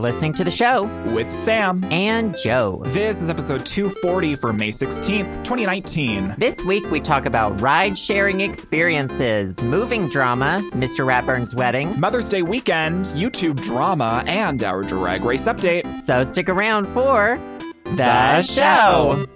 listening to the show with Sam. and Joe. This is episode 240 for May 16th, 2019. This week we talk about ride sharing experiences, moving drama, Mr. Ratburn's wedding. Mother's Day weekend, YouTube drama, and our drag race update. So stick around for The show.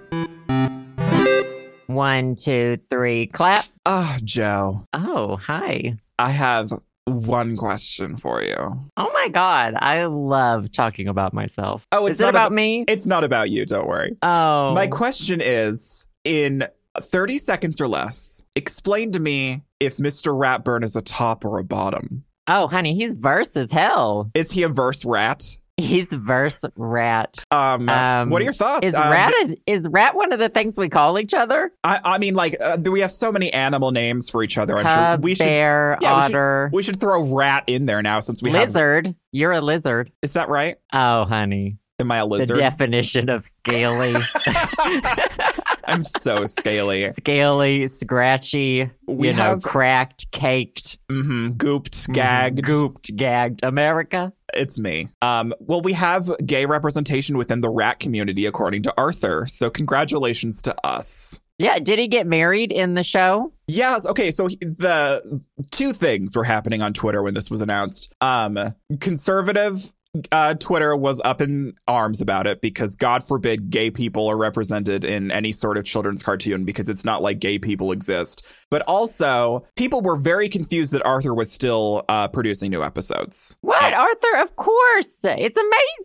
One, two, three, clap. Ah, Joe, Oh, hi. I have one question for you. Oh my God. I love talking about myself. Oh, Is it not about me? It's not about you, don't worry. Oh. My question is in 30 seconds or less, explain to me if Mr. Ratburn is a top or a bottom. oh, honey, he's verse as hell. Is he a verse rat? He's verse rat. Um, Um, what are your thoughts? Is Um, rat a, is rat one of the things we call each other? I, I mean, like uh, we have so many animal names for each other. I'm sure Cub, we should bear, yeah, we should- otter, we should throw rat in there now since we have. lizard. You're a lizard. Is that right? Oh, honey, Am I a the lizard? definition of scaly, I'm so scaly. scaly, scratchy. We you know, have- cracked, caked, hmm Gooped, gagged. gooped, gagged. America. It's me. Um, well, we have gay representation within the rat community, according to Arthur. So congratulations to us. Yeah. Did he get married in the show? Yes. Okay. So he- the two things were happening on Twitter when this was announced. Um, conservative uh, Twitter was up in arms about it because, God forbid, gay people are represented in any sort of children's cartoon because it's not like gay people exist. But also, people were very confused that Arthur was still uh, producing new episodes. What, Arthur? Of course. It's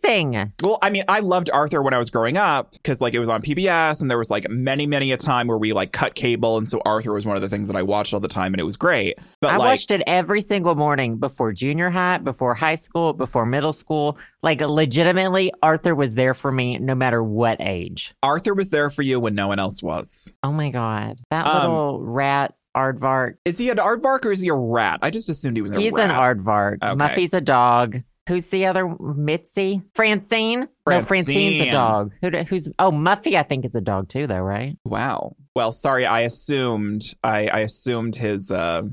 amazing. Well, I mean, I loved Arthur when I was growing up because like it was on PBS and there was like many, many a time where we like cut cable. And so Arthur was one of the things that I watched all the time and it was great. But I like, watched it every single morning before junior high, before high school, before middle school. Like, legitimately, Arthur was there for me no matter what age. Arthur was there for you when no one else was. Oh my God. That Um, little rat, Aardvark. Is he an aardvark or is he a rat? I just assumed he was a He's rat. an aardvark. Okay. Muffy's a dog. Who's the other? Mitzi? Francine? No, Francine's a Francine. dog. Who, do- who's? Oh, Muffy, I think, is a dog too, though, right? wow. Well, sorry, I assumed I, I assumed his uh,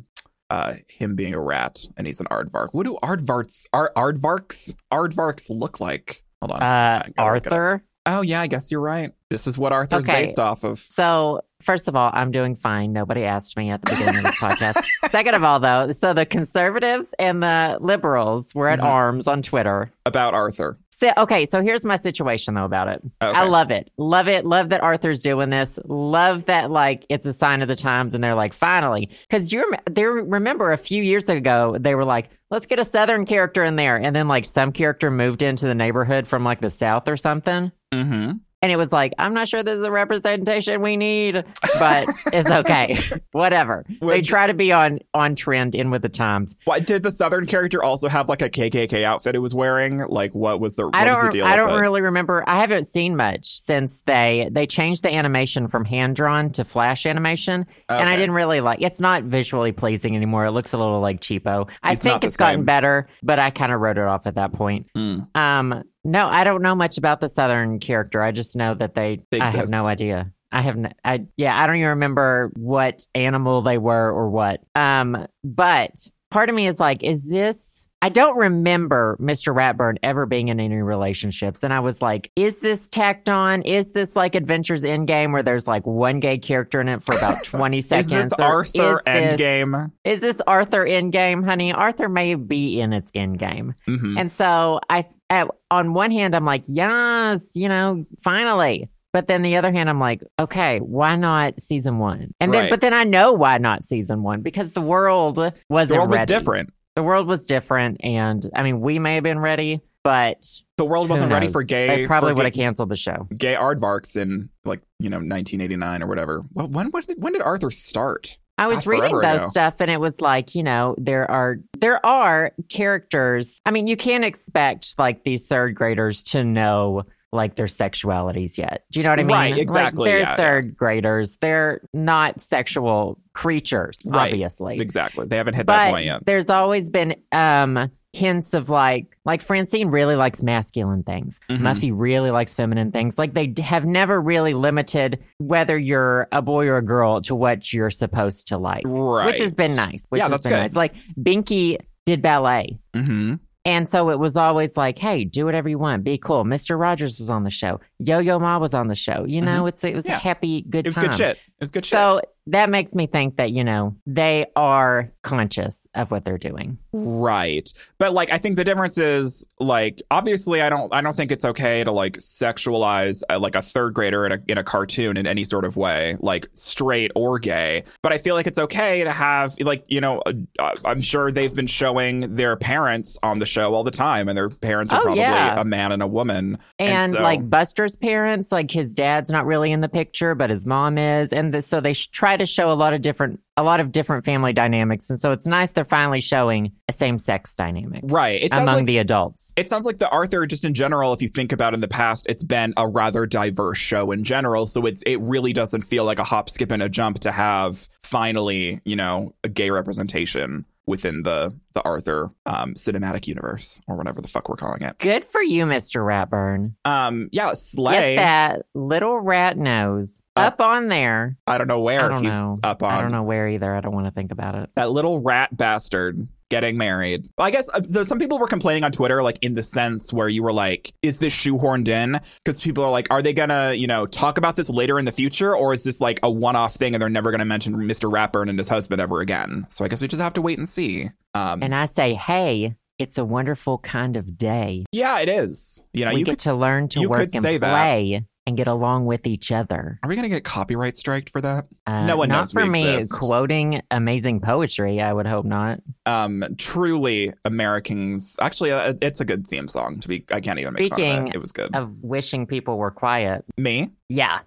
uh, him being a rat and he's an aardvark. What do aardvarks are aardvarks aardvarks look like? Hold on. Uh, Oh, gotta look it up. Arthur. oh yeah, I guess you're right. This is what Arthur's Okay. based off of. So, first of all, I'm doing fine. Nobody asked me at the beginning of this podcast. Second of all, though, so the conservatives and the liberals were at Mhm. arms on Twitter. about Arthur. So, okay, so here's my situation though about it. Okay. I love it. Love it. Love that Arthur's doing this. Love that like it's a sign of the times and they're like finally cuz you rem- they remember a few years ago they were like let's get a southern character in there and then like some character moved into the neighborhood from like the south or something. mm-hmm. And it was like, I'm not sure this is the representation we need, but it's okay. Whatever. They Would- try to be on on trend in with the times. Why did the Southern character also have like a KKK outfit it was wearing? Like, what was the? What I was the don't. deal I with don't it? really remember. I haven't seen much since they they changed the animation from hand drawn to flash animation, and I Okay. didn't really like. It's not visually pleasing anymore. It looks a little like cheapo. I It's not think the it's gotten same. better, but I kind of wrote it off at that point. Mm. Um, no, I don't know much about the southern character. I just know that they. They I have no exist. idea. I have no, I yeah, I don't even remember what animal they were or what. Um, but part of me is like, is this? I don't remember Mr. Ratburn ever being in any relationships, and I was like, is this tacked on? Is this like Adventures Endgame where there's like one gay character in it for about twenty Is seconds? this or Arthur is this- Endgame? Is this Arthur Endgame, honey? Arthur may be in its Endgame. Mhm. And so I, at, on one hand, I'm like, yes, you know, finally. But then the other hand, I'm like, okay, why not season one? And then, Right. but then I know why not season one because the world wasn't The world was ready. different. The world was different, and I mean, we may have been ready, but The world who wasn't ready knows? for gay. They probably for would have gay, canceled the show. gay aardvarks in like you know 1989 or whatever. Well, when when did, when did Arthur start? I was God, reading forever those ago. stuff and it was like, you know, there are there are characters. I mean, you can't expect like these third graders to know like their sexualities yet. Do you know what I mean? Right, Like, exactly, they're yeah, third graders. They're not sexual creatures, Right, obviously. Exactly. They haven't hit that point yet. But there's always been um hints of like like Francine really likes masculine things. Mhm. Muffy really likes feminine things. Like they d- have never really limited whether you're a boy or a girl to what you're supposed to like Right. which has been nice. Which Yeah, has that's been good. nice. Like Binky did ballet. Mm-hmm. And so it was always like, hey, do whatever you want. Be cool. Mr. Rogers was on the show. Yo Yo Ma was on the show. You know, it's it was Mm-hmm. Yeah. a happy, good It was time. good shit. It was good shit. So that makes me think that, you know, they are conscious of what they're doing. Right. But like I think the difference is like obviously I don't I don't think it's okay to like sexualize uh, like a third grader in a in a cartoon in any sort of way, like straight or gay. But I feel like it's okay to have like you know uh, I'm sure they've been showing their parents on the show all the time and their parents are Oh, probably yeah. a man and a woman. And, so- like Buster's parents, like his dad's not really in the picture, but his mom is. And the, so they sh- try to show a lot of different, a lot of different family dynamics. And so it's nice they're finally showing a same sex dynamic Right. It sounds among like the adults. it sounds like the Arthur, just in general, if you think about in the past, it's been a rather diverse show in general. So it's it really doesn't feel like a hop, skip, and a jump to have finally, you know, a gay representation within the the Arthur um, cinematic universe or whatever the fuck we're calling it. Good for you, Mr. Ratburn. Um, yeah, Get Slay. that little rat nose up, on there. I don't know where I don't he's know. up on. I don't know where either. I don't want to think about it. that little rat bastard getting married. Well, I guess uh, so some people were complaining on Twitter, like in the sense where you were like, is this shoehorned in? Because people are like, are they going to, you know, talk about this later in the future? Or is this like a one off thing and they're never going to mention Mr. Ratburn and his husband ever again? So I guess we just have to wait and see. Um, And I say, hey, it's a wonderful kind of day. yeah, it is. You know, we you get could, to s- learn to you work could and say that. play and get along with each other. Are we going to get copyright striked for that? Uh, No one not knows for we me exist. quoting amazing poetry. I would hope not. Um, truly Americans. Actually, uh, it's a good theme song to be. I can't even make fun of Speaking it. It was good. Of wishing people were quiet. me? Yeah.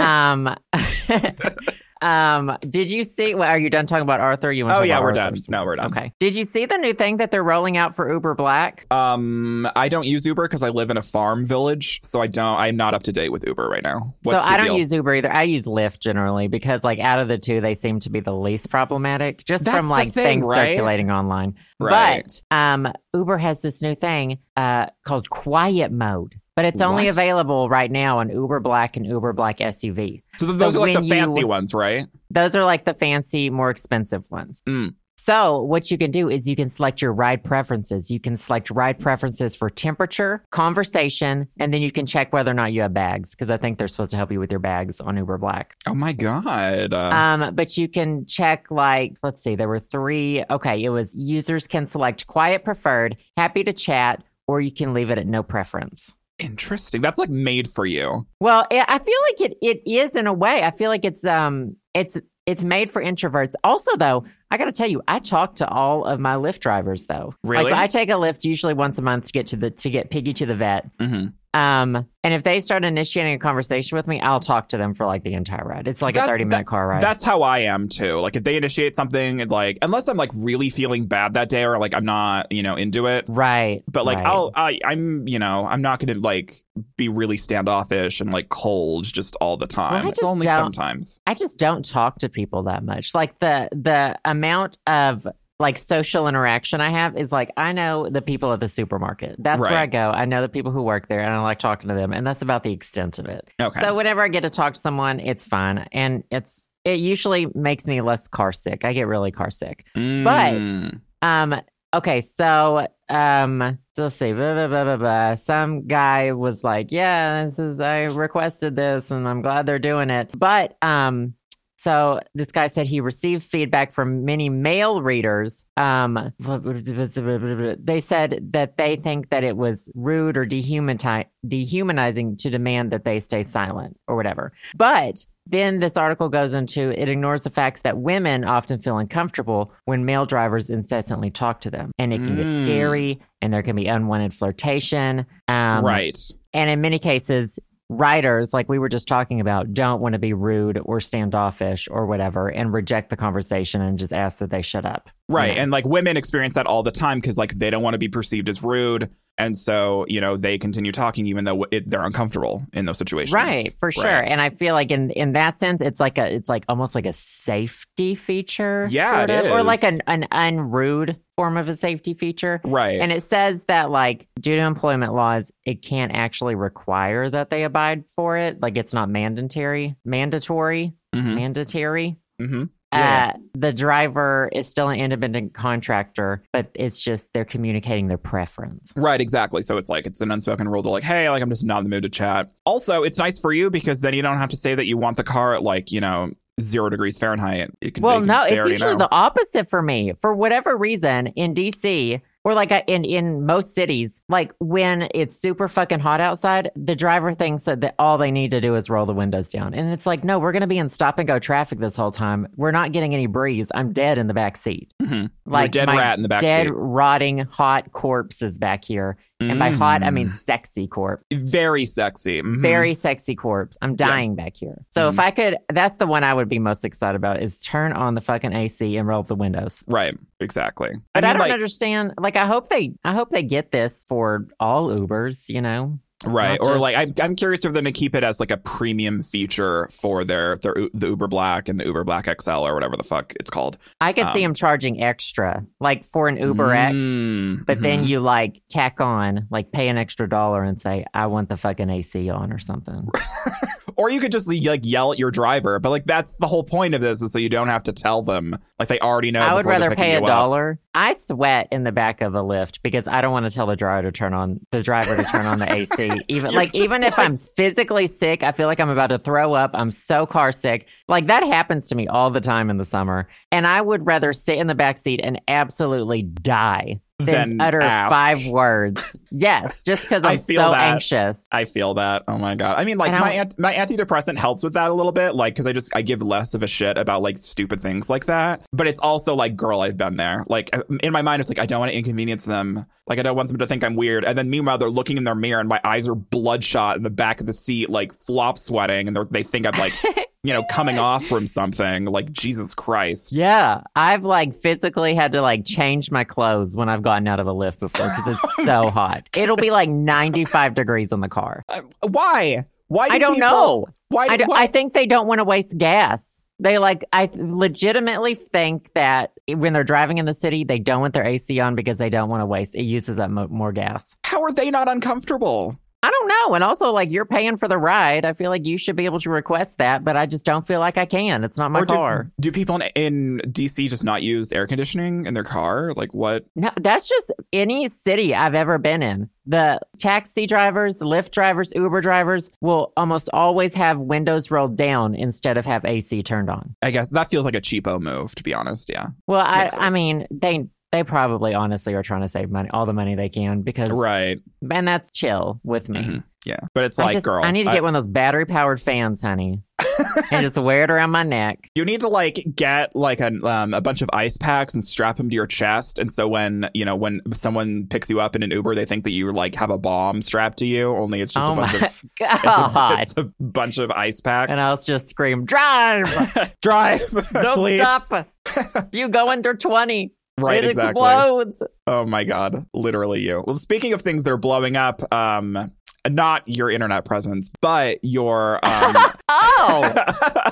um. um. Did you see? Well, are you done talking about Arthur? You want? To Oh, talk yeah, about we're done. Arthur's- No, we're done. Okay. Did you see the new thing that they're rolling out for Uber Black? Um, I don't use Uber because I live in a farm village, so I don't. I'm not up to date with Uber right now. What's so the I don't deal? use Uber either. I use Lyft generally because, like, out of the two, they seem to be the least problematic, just That's from the like thing, things right? circulating online. Right. But um, Uber has this new thing uh, called Quiet Mode, but it's only What? available right now on Uber Black and Uber Black SUV. so th- those so are like the when fancy you- ones, right? Those are like the fancy, more expensive ones. Mm. So, what you can do is you can select your ride preferences. You can select ride preferences for temperature, conversation, and then you can check whether or not you have bags because I think they're supposed to help you with your bags on Uber Black. Oh my god! Uh, Um, but you can check like, let's see, there were three. Okay, it was users can select quiet preferred, happy to chat, or you can leave it at no preference. interesting. That's like made for you. Well, I I feel like it it is in a way. I feel like it's um it's it's made for introverts. Also, though, I got to tell you, I talk to all of my Lyft drivers though. Really? Like I take a Lyft usually once a month to get to the to get Piggy to the vet. Mm-hmm. Um, and if they start initiating a conversation with me, I'll talk to them for like the entire ride. It's like That's- a thirty minute car ride. That's how I am too. Like if they initiate something, it's like unless I'm like really feeling bad that day or like I'm not, you know, into it. right. But like right. I'll, I, I'm, you know, I'm not gonna like be really standoffish and like cold just all the time. I it's just only don't- sometimes. I just don't talk to people that much. Like the the amount of like social interaction I have is like I know the people at the supermarket. That's where Right. I go. I know the people who work there and I like talking to them and that's about the extent of it. Okay. So whenever I get to talk to someone, it's fun and it's it usually makes me less car sick. I get really car sick. Mm. Um okay, so um so let's see. Blah, blah, blah, blah, blah. Some guy was like, "Yeah, this is I requested this and I'm glad they're doing it." But um so this guy said he received feedback from many male readers. Um they said that they think that it was rude or dehumani- dehumanizing to demand that they stay silent or whatever. But then this article goes into it ignores the facts that women often feel uncomfortable when male drivers incessantly talk to them, and it can Mm. get scary, and there can be unwanted flirtation. Um, right. and in many cases, writers, like we were just talking about, don't want to be rude or standoffish or whatever and reject the conversation and just ask that they shut up. Right. Yeah. And like women experience that all the time because like they don't want to be perceived as rude. And so, you know, they continue talking even though it, they're uncomfortable in those situations. Right, for sure. Right. And I feel like in in that sense, it's like a it's like almost like a safety feature. Yeah, sort it of, or like is. an, an unrude form of a safety feature. Right. And it says that, like, due to employment laws, it can't actually require that they abide for it. Like, it's not mandatory. Mandatory. Mhm. Mandatory. Mhm. Yeah. Uh, the driver is still an independent contractor, but it's just they're communicating their preference. Right, exactly. So it's like it's an unspoken rule to like, hey, like I'm just not in the mood to chat. Also, it's nice for you because then you don't have to say that you want the car at like you know zero degrees Fahrenheit. It can, Well, they- no, they it's already usually know. the opposite for me. For whatever reason, in DC or like I- in in most cities, like when it's super fucking hot outside, the driver thinks that that all they need to do is roll the windows down, and it's like, no, we're gonna be in stop and go traffic this whole time. We're not getting any breeze. I'm dead in the back seat. Mhm. You're a Like dead my rat in the back dead rotting hot corpse is back here, and by hot I mean Mm. sexy corpse. Mm-hmm. very sexy. Mhm. very sexy corpse. I'm dying back here. So Mm-hmm. if I could, that's the one I would be most excited about is turn on the fucking AC and roll up the windows. right, exactly. But I, mean, don't like, understand. Like I hope they, I hope they get this for all Ubers. You know, right, not or just- like I'm, I'm curious if they're going to keep it as like a premium feature for their their U- the Uber Black and the Uber Black XL or whatever the fuck it's called. I could see 'em see Um, them charging extra, like for an Uber X. Mm, But then mhm. you like tack on, like pay an extra dollar and say, I want the fucking AC on or something. Mm-hmm. or you could just like yell at your driver. But like that's the whole point of this is so you don't have to tell them. Like they already know. I would before they're rather picking pay a you up. dollar. I sweat in the back of a lift because I don't want to tell the driver to turn on the driver to turn on the AC. Even You're like just even if I'm physically sick, I feel like I'm about to throw up. I'm so car sick. Like that happens to me all the time in the summer, and I would rather sit in the back seat and absolutely die than Then utter ask. five words. Yes, just because I I'm feel so that. anxious. I feel that. Oh my god. I mean, like And I my ant- my antidepressant helps with that a little bit, like because I just I give less of a shit about like stupid things like that. But it's also like, girl, I've been there. Like I- in my mind, it's like I don't want to inconvenience them. Like I don't want them to think I'm weird. And then meanwhile, they're looking in their mirror, and my eyes are bloodshot in the back of the seat, like flop sweating, and they're, they think I'm like. You know, coming off from something like Jesus Christ. Yeah, I've like physically had to like change my clothes when I've gotten out of a lift before because it's so hot. It'll be like 95 degrees in the car. Uh, Why? Why? Do I don't people- know. Why? Do, I, do, why I think they don't want to waste gas. They like, I th- legitimately think that when they're driving in the city, they don't want their AC on because they don't want to waste. It uses up mo- more gas. how are they not uncomfortable? I don't know. And also, like, you're paying for the ride. I feel like you should be able to request that, but I just don't feel like I can. It's not my Or do- car. Do, people in, in DC just not use air conditioning in their car? Like what? No, that's just any city I've ever been in. The taxi drivers, Lyft drivers, Uber drivers will almost always have windows rolled down instead of have AC turned on. I guess that feels like a cheapo move, to be honest. Yeah. Well, I, Makes I sense. mean, they they probably honestly are trying to save money, all the money they can because, Right. and that's chill with me. Mhm. Yeah. But it's I like, just- girl, I need to get one of those battery powered fans, honey, and just wear it around my neck. you need to like get like an, um, a bunch of ice packs and strap them to your chest, and so when you know when someone picks you up in an Uber, they think that you like have a bomb strapped to you. Only it's just Oh a bunch my of it's a, God. it's a bunch of ice packs. And I'll just scream, drive, Drive, don't please. stop. you go under 20. Right, it exactly. explodes. Oh my god, literally you. Well, speaking of things that are blowing up, um not your internet presence, but your um Oh,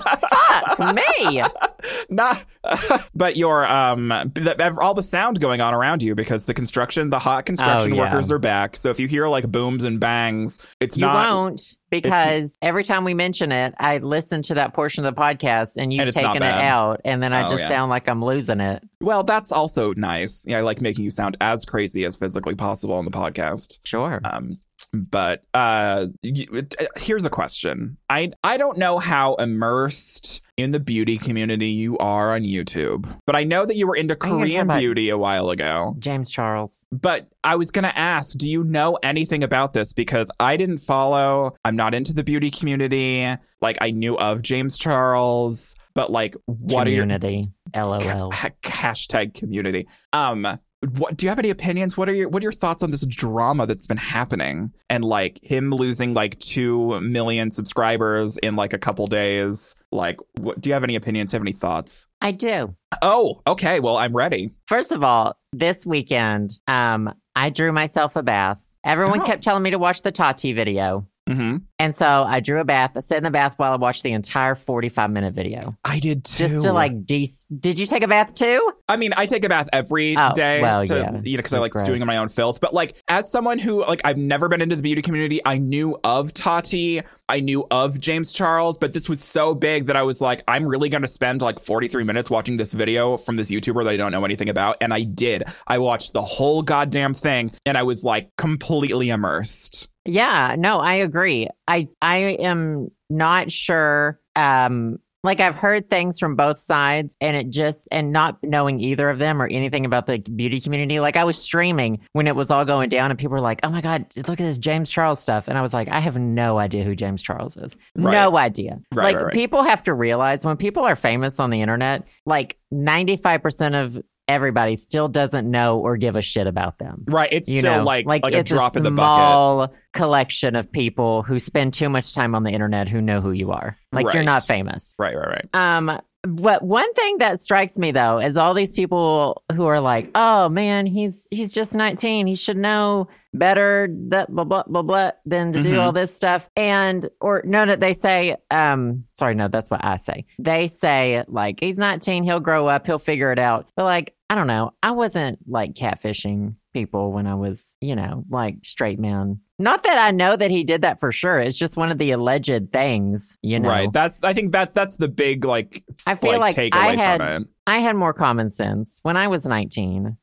fuck me. not but your um the, all the sound going on around you because the construction, the hot construction Oh, yeah. workers are back. So if you hear like booms and bangs, it's You not won't because every time we mention it, I listen to that portion of the podcast and you've And it's not taken it bad. out. And then I Oh, just yeah. sound like I'm losing it. Well, that's also nice. Yeah, I like making you sound as crazy as physically possible on the podcast. Sure. Um, but uh, y- it- uh, here's a question. I I don't know how immersed in the beauty community you are on YouTube, but I know that you were into think you're talking Korean about- beauty a while ago. James Charles. But I was gonna ask, do you know anything about this? Because I didn't follow. I'm not into the beauty community. Like I knew of James Charles, but like, what are your community. LOL. Ha- hashtag community. Um, what do you have any opinions? What are your what are your thoughts on this drama that's been happening and like him losing like two million subscribers in like a couple days? Like, what do you have any opinions? Have any thoughts? I do. Oh, okay. Well, I'm ready. First of all, this weekend, um, I drew myself a bath. Everyone Oh. kept telling me to watch the Tati video. hmm And so I drew a bath. I sat in the bath while I watched the entire 45 minute video. I did too. Just to like, de- did you take a bath too? I mean, I take a bath every day, Oh, well, to, yeah. you know, because I like Gross. stewing in my own filth. But like, as someone who like I've never been into the beauty community, I knew of Tati, I knew of James Charles, but this was so big that I was like, I'm really going to spend like 43 minutes watching this video from this YouTuber that I don't know anything about, and I did. I watched the whole goddamn thing, and I was like completely immersed. Yeah, no, I agree. I I am not sure um like I've heard things from both sides and it just and not knowing either of them or anything about the beauty community. Like I was streaming when it was all going down and people were like, "Oh my god, look at this James Charles stuff." And I was like, "I have no idea who James Charles is." Right. No idea. Right, like right, right. people have to realize when people are famous on the internet, like 95% of everybody still doesn't know or give a shit about them Right? It's still know, like like, a it's drop in the bucket. small collection of people who spend too much time on the internet who know who you are. Like you're Right. not famous. Right, right, right. Um, but one thing that strikes me though is all these people who are like, "Oh man, he's he's just 19. He should know better that blah blah blah blah than to do Mhm. all this stuff." And or no, no, they say, um, sorry, no, that's what I say. They say like, "He's 19. He'll grow up. He'll figure it out." But like, I don't know. I wasn't like catfishing people when I was, you know, like straight men. Not that I know that he did that for sure. It's just one of the alleged things, you know. Right. That's I think that that's the big like I feel like, like, takeaway I had from it. I had more common sense when I was 19.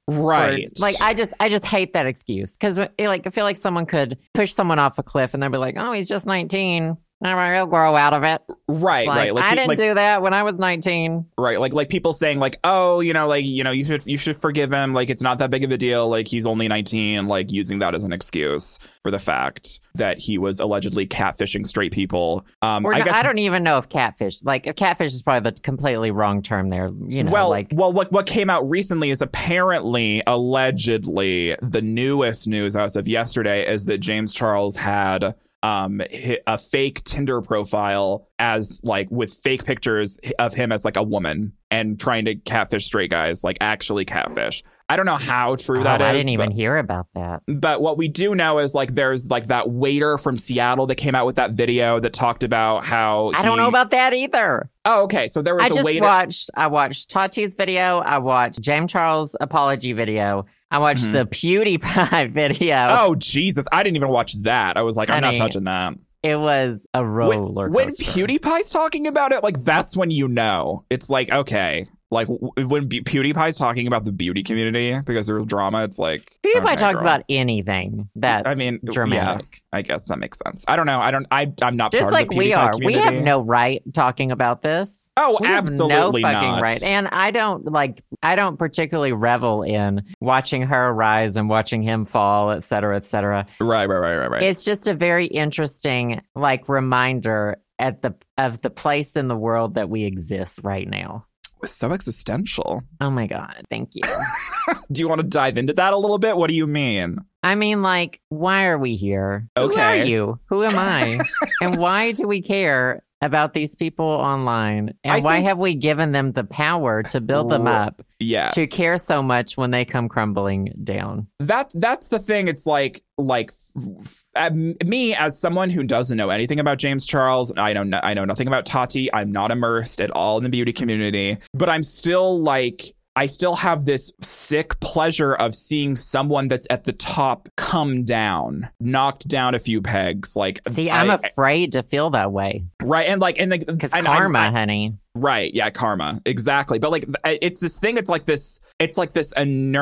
Or, Right. like I just I just hate that excuse cuz like I feel like someone could push someone off a cliff and they'd be like, "Oh, he's just 19." All right, he'll grow out of it. right, It's like, right. Like, I pe- didn't like Mm, do that when I was 19. right, like like people saying like, oh, you know, like you know, you should you should forgive him. Like it's not that big of a deal. Like he's only nineteen. Like using that as an excuse for the fact that he was allegedly catfishing straight people. Um, Or I no, guess. I don't even know if catfish, like catfish is probably the completely wrong term there, you know, well, like well, what what came out recently is apparently, allegedly, the newest news as of yesterday is that James Charles had um hi- a fake Tinder profile as like with fake pictures of him as like a woman and trying to catfish straight guys, like actually catfish. I don't know how true oh, that is. I didn't but- even hear about that. but what we do know is like there's like that waiter from Seattle that came out with that video that talked about how I don't know he- about that either. Oh, okay. So there was I a just waiter. watched. I watched Tati's video. I watched James Charles' apology video. I watched Mhm. the PewDiePie video. Oh Jesus! I didn't even watch that. I was like, I'm not Honey, touching that. It was a roller When, when coaster. PewDiePie's talking about it, like that's when you know it's like okay, like w- when Be- PewDiePie's talking about the beauty community because there's drama. It's like PewDiePie okay, talks girl. about anything that's I mean, yeah. dramatic. I guess that makes sense. I don't know. I don't. I I'm not Just part like of the PewDiePie we are. Community. We have no right talking about this. Oh, We have absolutely no fucking not. right. And I don't like I don't particularly revel in watching her rise and watching him fall, et cetera, et cetera. Right, right, right, right, right. It's just a very interesting like reminder at the of the place in the world that we exist right now. was so existential. Oh my god, thank you. Do you want to dive into that a little bit? What do you mean? I mean, like, why are we here? Who are Okay. you? Who am I? and why do we care about these people online? And I why think- have we given them the power to build them Right. up Yes. to care so much when they come crumbling down? that's that's the thing it's like like f- f- at m- me as someone who doesn't know anything about James Charles I know no, I know nothing about Tati I'm not immersed at all in the beauty community but I'm still like I still have this sick pleasure of seeing someone that's at the top come down knocked down a few pegs like See, I'm Um, I- afraid to feel that way right and like and like because and I'm- karma, honey. Right. Yeah. Karma. Exactly. But like, th- it's this thing. It's like this. It's like this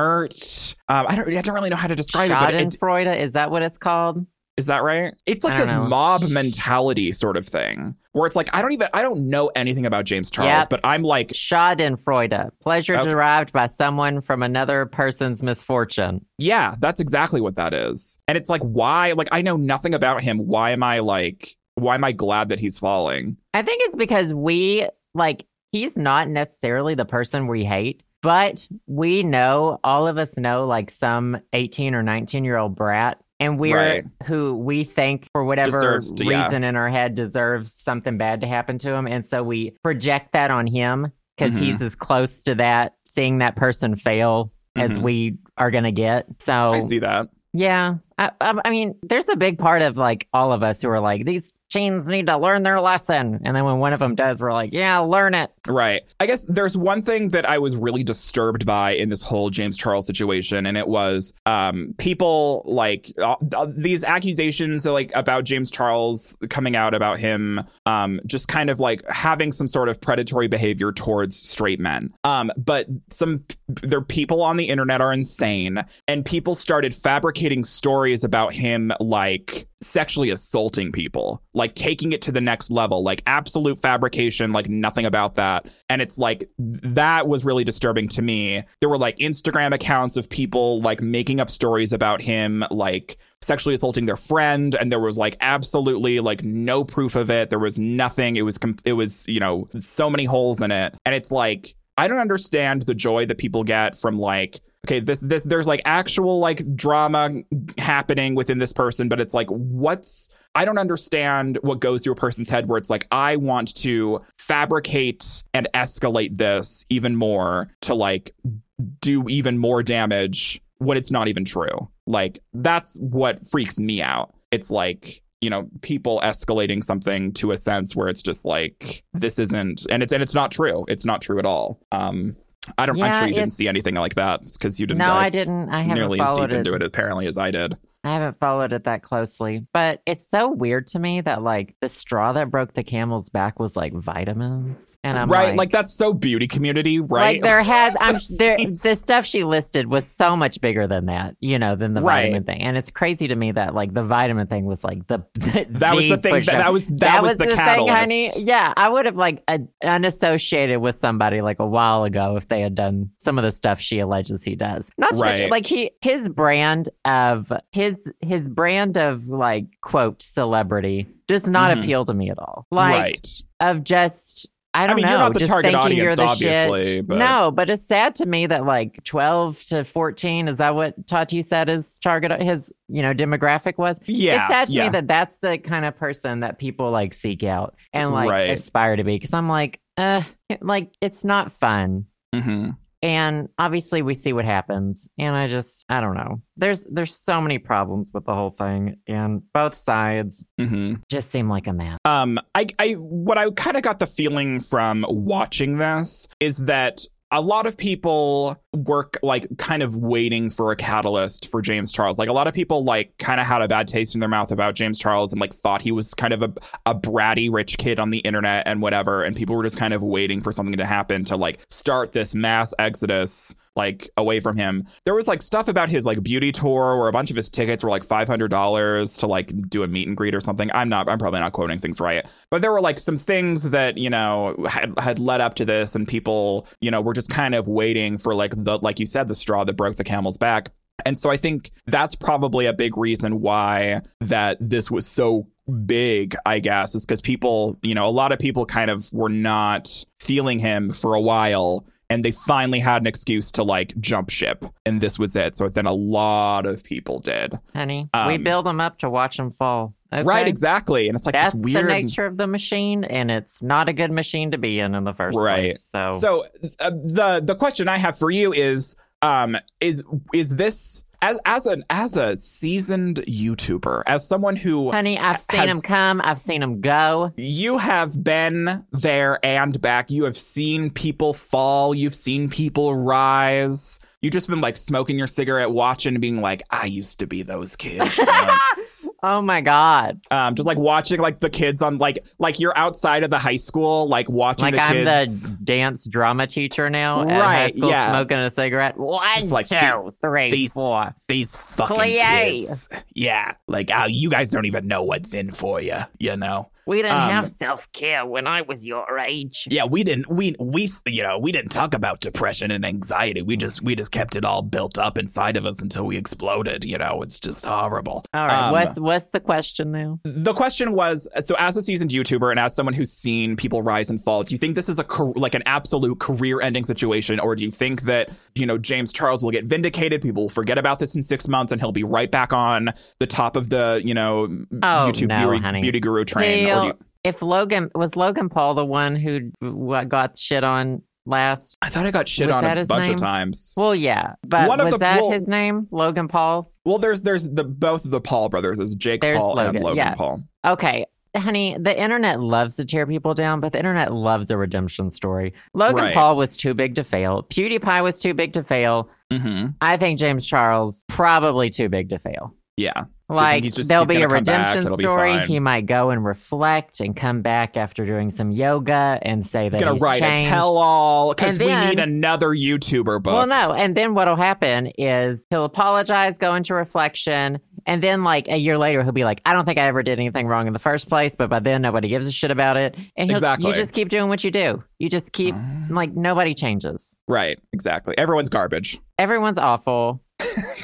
inert. Um, I don't. I don't really know how to describe it. But it, Schadenfreude, is that what it's called? is that right? It's I like don't this know. mob mentality sort of thing, where it's like I don't even. I don't know anything about James Charles, Yep. but I'm like, Schadenfreude, pleasure Okay. derived by someone from another person's misfortune. yeah, that's exactly what that is. And it's like, why? Like, I know nothing about him. Why am I like? Why am I glad that he's falling? I think it's because we like he's not necessarily the person we hate, but we know all of us know like some 18 or 19 year old brat and we're Right. who we think for whatever Deserves to- yeah. reason in our head deserves something bad to happen to him and so we project that on him because Mhm. he's as close to that seeing that person fail as Mhm. we are going to get. So I see that. yeah, I, I, I mean, there's a big part of like all of us who are like, these teens need to learn their lesson. And then when one of them does, we're like, yeah, learn it. Right. I guess there's one thing that I was really disturbed by in this whole James Charles situation, and it was um, people like uh, th- these accusations like about James Charles coming out about him um, just kind of like having some sort of predatory behavior towards straight men. Um, but some their people on the internet are insane, and people started fabricating stories about him like sexually assaulting people, like taking it to the next level, like absolute fabrication, like nothing about that. And it's like that was really disturbing to me. There were like Instagram accounts of people like making up stories about him, like sexually assaulting their friend and there was like absolutely like no proof of it. There was nothing. It was com- it was, you know, so many holes in it. And it's like I don't understand the joy that people get from like okay this this there's like actual like drama happening within this person but it's like what's I don't understand what goes through a person's head where it's like, I want to fabricate and escalate this even more to like do even more damage when it's not even true. Like, that's what freaks me out. It's like, you know, people escalating something to a sense where it's just like, this isn't, and it's, and it's not true. It's not true at all. Um, I don't, I'm Yeah, sure you didn't it's- see anything like that because you didn't no, I dive didn't. I haven't nearly as followed deep it. into it apparently as I did. I haven't followed it that closely, but it's so weird to me that like the straw that broke the camel's back was like vitamins, and I'm right. Like, like, that's so beauty community, right? like there has I'm Just there seems- the stuff she listed was so much bigger than that, you know, than the Right. vitamin thing, and it's crazy to me that like the vitamin thing was like the, the That was the thing. That, push-up. that was that, was, the, catalyst. thing, honey. Yeah, I would have like a, unassociated with somebody like a while ago if they had done some of the stuff she alleges he does. Not to mention, Right. like he his brand of his his brand of like quote celebrity does not Mhm. appeal to me at all. Like right. of just I don't mean, know. you're not the just target thinking audience, you're the obviously, shit. but- No, but it's sad to me that like 12 to 14 is that what Tati said his target his you know demographic was. Yeah. it's sad to yeah. me that that's the kind of person that people like seek out and like Right. aspire to be. Because I'm like, uh, it- like it's not fun. hmm And obviously, we see what happens. And I just, I don't know. There's there's so many problems with the whole thing, and both sides hmm just seem like a mess. Um, I, I, what I kind of got the feeling from watching this is that a lot of people work like kind of waiting for a catalyst for James Charles. Like a lot of people like kind of had a bad taste in their mouth about James Charles and like thought he was kind of a, a bratty rich kid on the internet and whatever. And people were just kind of waiting for something to happen to like start this mass exodus like away from him. There was like stuff about his like beauty tour where a bunch of his tickets were like five hundred dollars to like do a meet and greet or something. I'm not. I'm probably not quoting things right, but there were like some things that you know had had led up to this, and people you know were just kind of waiting for like the like you said the straw that broke the camel's back. And so I think that's probably a big reason why that this was so big, I guess, is because people, you know, a lot of people kind of were not feeling him for a while. And they finally had an excuse to like jump ship. And this was it. So then a lot of people did. Honey, we Um, build them up to watch them fall. Okay? Right, exactly. And it's like That's this the weird nature of the machine, and it's not a good machine to be in in the first Right. place. So, So uh, the the question I have for you is um is is this as as an as a seasoned YouTuber, as someone who honey, I've seen has- them come, I've seen them go. You have been there and back. You have seen people fall. You've seen people rise. You've just been like smoking your cigarette, watching, and being like, I used to be those kids. once." Oh my god! um, just like watching like the kids on like like you're outside of the high school, like watching Like the I'm kids. the dance drama teacher now at high Right, school, yeah. smoking a cigarette. One, It's like two, three, these- four. These fucking Clee. kids. Yeah. Like, oh, you guys don't even know what's in for you, you know? We didn't um, have self care when I was your age. Yeah, we didn't we we you know, we didn't talk about depression and anxiety. Mm. We just we just kept it all built up inside of us until we exploded, you know. It's just horrible. All right, Um, what's what's the question now? The question was so as a seasoned YouTuber and as someone who's seen people rise and fall, do you think this is a car- like an absolute career-ending situation or do you think that, you know, James Charles will get vindicated, people will forget about this in 6 months and he'll be right back on the top of the, you know, Oh, YouTube no, beauty, honey. beauty guru train or do you, He'll- If Logan was Logan Paul the one who what got shit on last I thought I got shit Was on that a his bunch name? of times. Well, yeah, but One of was the- that well- his name? Logan Paul. Well, there's there's the both of the Paul brothers. There's Jake There's Paul Logan, and Logan yeah. Paul. Okay, honey, the internet loves to tear people down, but the internet loves a redemption story. Logan Right. Paul was too big to fail. PewDiePie was too big to fail. Mm-hmm. I think James Charles probably too big to fail. Yeah. So you think like he's just- there'll he's be a gonna come back, redemption it'll be story. fine. He might go and reflect and come back after doing some yoga and say that He's gonna he's write changed. a tell-all because And we then- need another YouTuber book. Well, no, and then what'll happen is he'll apologize, go into reflection, and then like a year later he'll be like, "I don't think I ever did anything wrong in the first place," but by then nobody gives a shit about it, and he'll, Exactly. Mm. you just keep doing what you do. You just keep like nobody changes. Right, exactly. Everyone's garbage. Everyone's awful,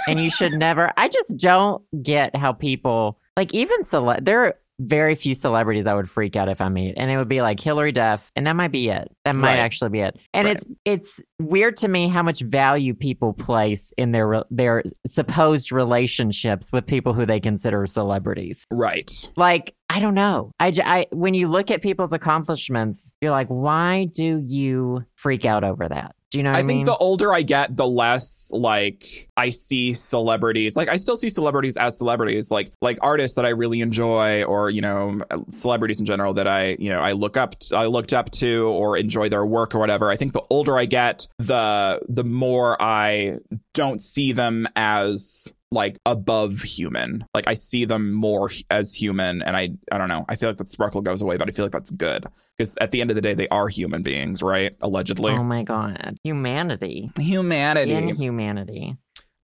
and you should never. I just don't get how people like even cele. There are very few celebrities I would freak out if I meet, and it would be like Hillary Duff, and that might be it. That might Right. actually be it. And Right. it's it's weird to me how much value people place in their re- their supposed relationships with people who they consider celebrities. Right. Like I don't know. I, j- I when you look at people's accomplishments, you're like, why do you freak out over that? Do you know what I, I think mean? the older I get, the less like I see celebrities. Like I still see celebrities as celebrities, like like artists that I really enjoy, or you know, celebrities in general that I you know I look up, t- I looked up to, or enjoy their work or whatever. I think the older I get, the the more I don't see them as like above human. Like I see them more h- as human, and I I don't know. I feel like that sparkle goes away, but I feel like that's good because at the end of the day, they are human beings, right? Allegedly. oh my god, humanity. Humanity. In humanity.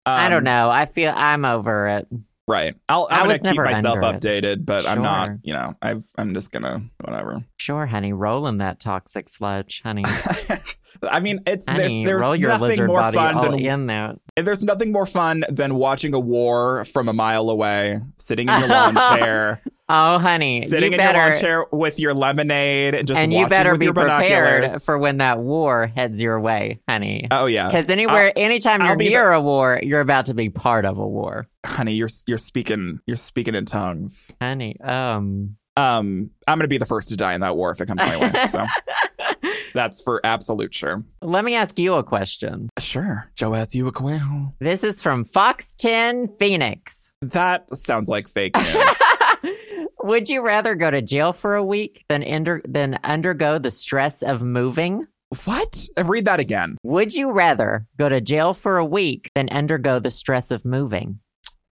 I don't Um, know. I feel I'm over it. Right. I'll, I I'm was going to keep never myself under it. updated, but I'm not, Sure. you know, I've, I'm just going to, whatever. Sure, honey, roll in that toxic sludge, honey. I mean, it's, honey, there's, roll there's your nothing lizard more body fun all than, in that. there's nothing more fun than watching a war from a mile away, sitting in your lawn chair, Oh, honey, sitting you in better your lawn chair with your lemonade and just and you watching better with be your prepared binoculars. for when that war heads your way, honey. oh yeah. Because anywhere, anytime I'll you're be near a war, you're about to be part of a war, Honey, you're, you're speaking, you're speaking in tongues. honey. Um, Um, I'm going to be the first to die in that war if it comes my way. So that's for absolute sure. let me ask you a question. Sure. Joe has you a quail. This is from Fox Ten Phoenix. That sounds like fake news. Would you rather go to jail for a week than under, than undergo the stress of moving? what? Read that again. Would you rather go to jail for a week than undergo the stress of moving?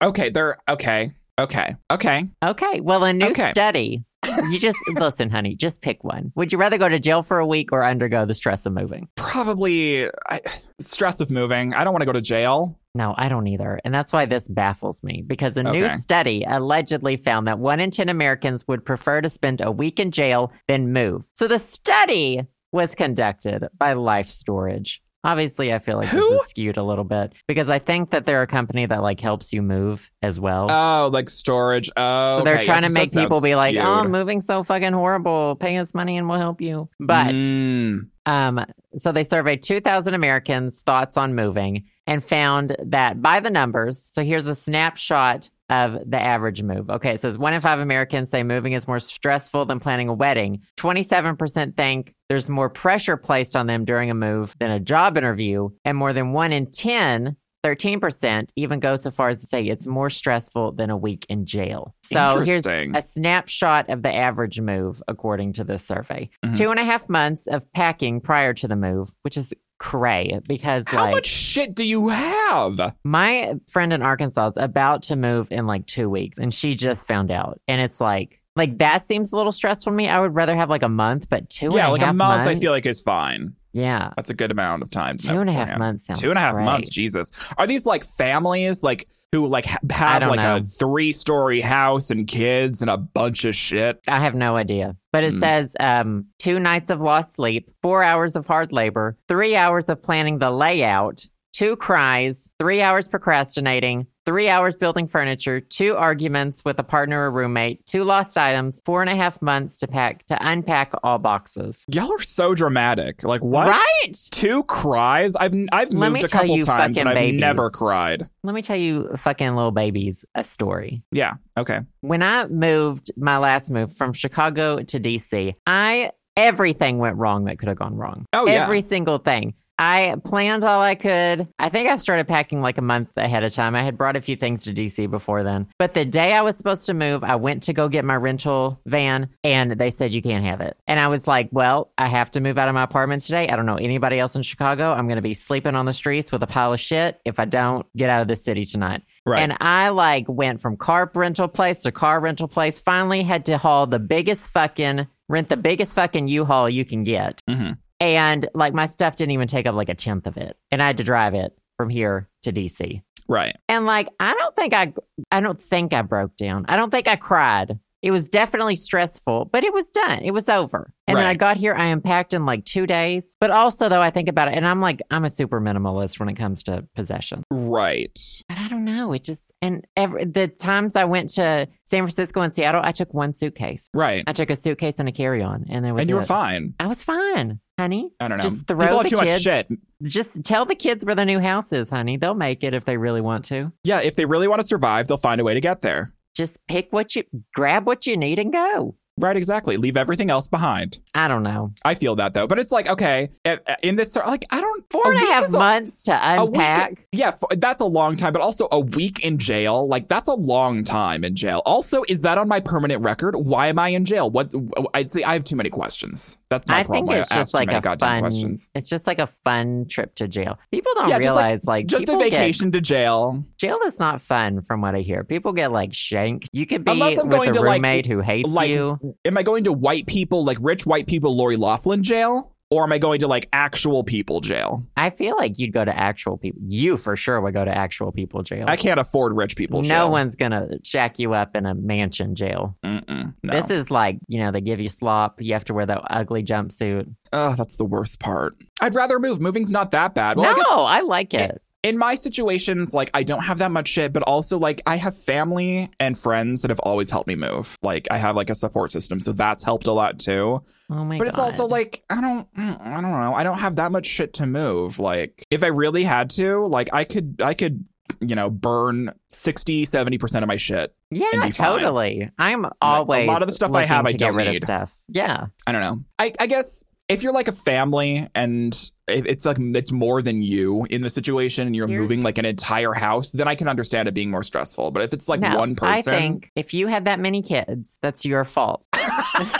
Okay, they're okay. Okay. Okay. Okay, well, a new Okay. study. You just listen, honey. Just pick one. Would you rather go to jail for a week or undergo the stress of moving? Probably I, stress of moving. I don't want to go to jail. No, I don't either. And that's why this baffles me because a new Okay. study allegedly found that one in 10 Americans would prefer to spend a week in jail than move. So the study was conducted by Life Storage. Obviously, I feel like Who? this is skewed a little bit because I think that they're a company that like helps you move as well. Oh, like storage. Oh, so they're okay. trying That to just make does sound people be like, skewed. "Oh, I'm moving so fucking horrible. Pay us money and we'll help you." But Mm, um, so they surveyed 2,000 Americans' thoughts on moving and found that by the numbers, so here's a snapshot of the average move. Okay, it says one in five Americans say moving is more stressful than planning a wedding. 27% think there's more pressure placed on them during a move than a job interview, and more than one in 10. 13% even go so far as to say it's more stressful than a week in jail. So here's interesting. a snapshot of the average move, according to this survey. Mhm. Two and a half months of packing prior to the move, which is cray because How like much shit do you have? my friend in Arkansas is about to move in like two weeks, and she just found out, and it's like like that seems a little stressful to me. I would rather have like a month, but two yeah, and like a half month. I feel months? like is fine. yeah, That's a good amount of time. to two and a have half planned. months sounds Two and a half great. months. Jesus, are these like families like who like ha- have don't like a know. three-story house and kids and a bunch of shit? I have no idea. But it Mm. says um, two nights of lost sleep, four hours of hard labor, three hours of planning the layout, two cries, three hours procrastinating, three hours building furniture, two arguments with a partner or roommate, two lost items, four and a half months to pack to unpack all boxes. Y'all are so dramatic. Like what? Right? Two cries. I've I've Let me moved a tell couple you times fucking and I've babies. never cried. Let me tell you, fucking little babies, a story. Yeah. Okay. When I moved my last move from Chicago to DC, I everything went wrong that could have gone wrong. Oh, yeah. every single thing. I planned all I could. I think I started packing like a month ahead of time. I had brought a few things to DC before then. But the day I was supposed to move, I went to go get my rental van and they said you can't have it. And I was like, well, I have to move out of my apartment today. I don't know anybody else in Chicago. I'm going to be sleeping on the streets with a pile of shit if I don't get out of the city tonight. Right. And I like went from car rental place to car rental place. Finally, had to haul the biggest fucking rent the biggest fucking U-Haul you can get. Mhm. And like my stuff didn't even take up like a tenth of it, and I had to drive it from here to DC. right. And like I don't think I I don't think I broke down. I don't think I cried. It was definitely stressful, but it was done. It was over. And then I Right. got here, I unpacked in like two days. But also though I think about it, and I'm like, I'm a super minimalist when it comes to possessions. Right. But I don't know. It just and every the times I went to San Francisco and Seattle, I took one suitcase. Right. I took a suitcase and a carry on, and there was. And you were it. fine. I was fine, honey. I don't know. Just throw People have the too much kids. shit. Just tell the kids where the new house is, honey. They'll make it if they really want to. Yeah, if they really want to survive, they'll find a way to get there. Just pick what you grab, what you need, and go. Right, exactly. Leave everything else behind. I don't know. I feel that though, but it's like okay, i- in this sort- like I don't Four and a week half is a- months to week- unpack. Yeah, f- that's a long time, but also a week in jail, like that's a long time in jail. Also, is that on my permanent record? Why am I in jail? What I'd say I have too many questions. That's my I problem. think it's I just ask too like many a goddamn fun. questions. It's just like a fun trip to jail. People don't Yeah, just like- realize like, Just a people get- vacation to jail. Jail is not fun, from what I hear. People get like shanked. You could be Unless I'm with going a to, like- roommate who hates like- you. Am I going to white people like rich white people Lori Laughlin jail, or am I going to like actual people jail? I feel like you'd go to actual people. You for sure would go to actual people jail. I can't afford rich people no jail. one's gonna shack you up in a mansion jail. Mm-mm, no. This is like you know they give you slop. You have to wear that ugly jumpsuit. Oh, that's the worst part. I'd rather move. Moving's not that bad. Well, I guess no, I, like it. in my situations, like I don't have that much shit, but also like I have family and friends that have always helped me move. Like I have like a support system, so that's helped a lot too. oh my But it's also God. like I don't, mm, I don't know. I don't have that much shit to move. Like if I really had to, like I could, I could, you know, burn 60, 70 percent of my shit. and yeah, be fine. totally. I'm always lot of the stuff I looking have, I to get don't rid need. of stuff. Yeah, I don't know. I, I guess if you're like a family and it- it's like it's more than you in the situation and you're Here's- moving like an entire house, then I can understand it being more stressful. But if it's like No, one person, I think if you had that many kids, that's your fault.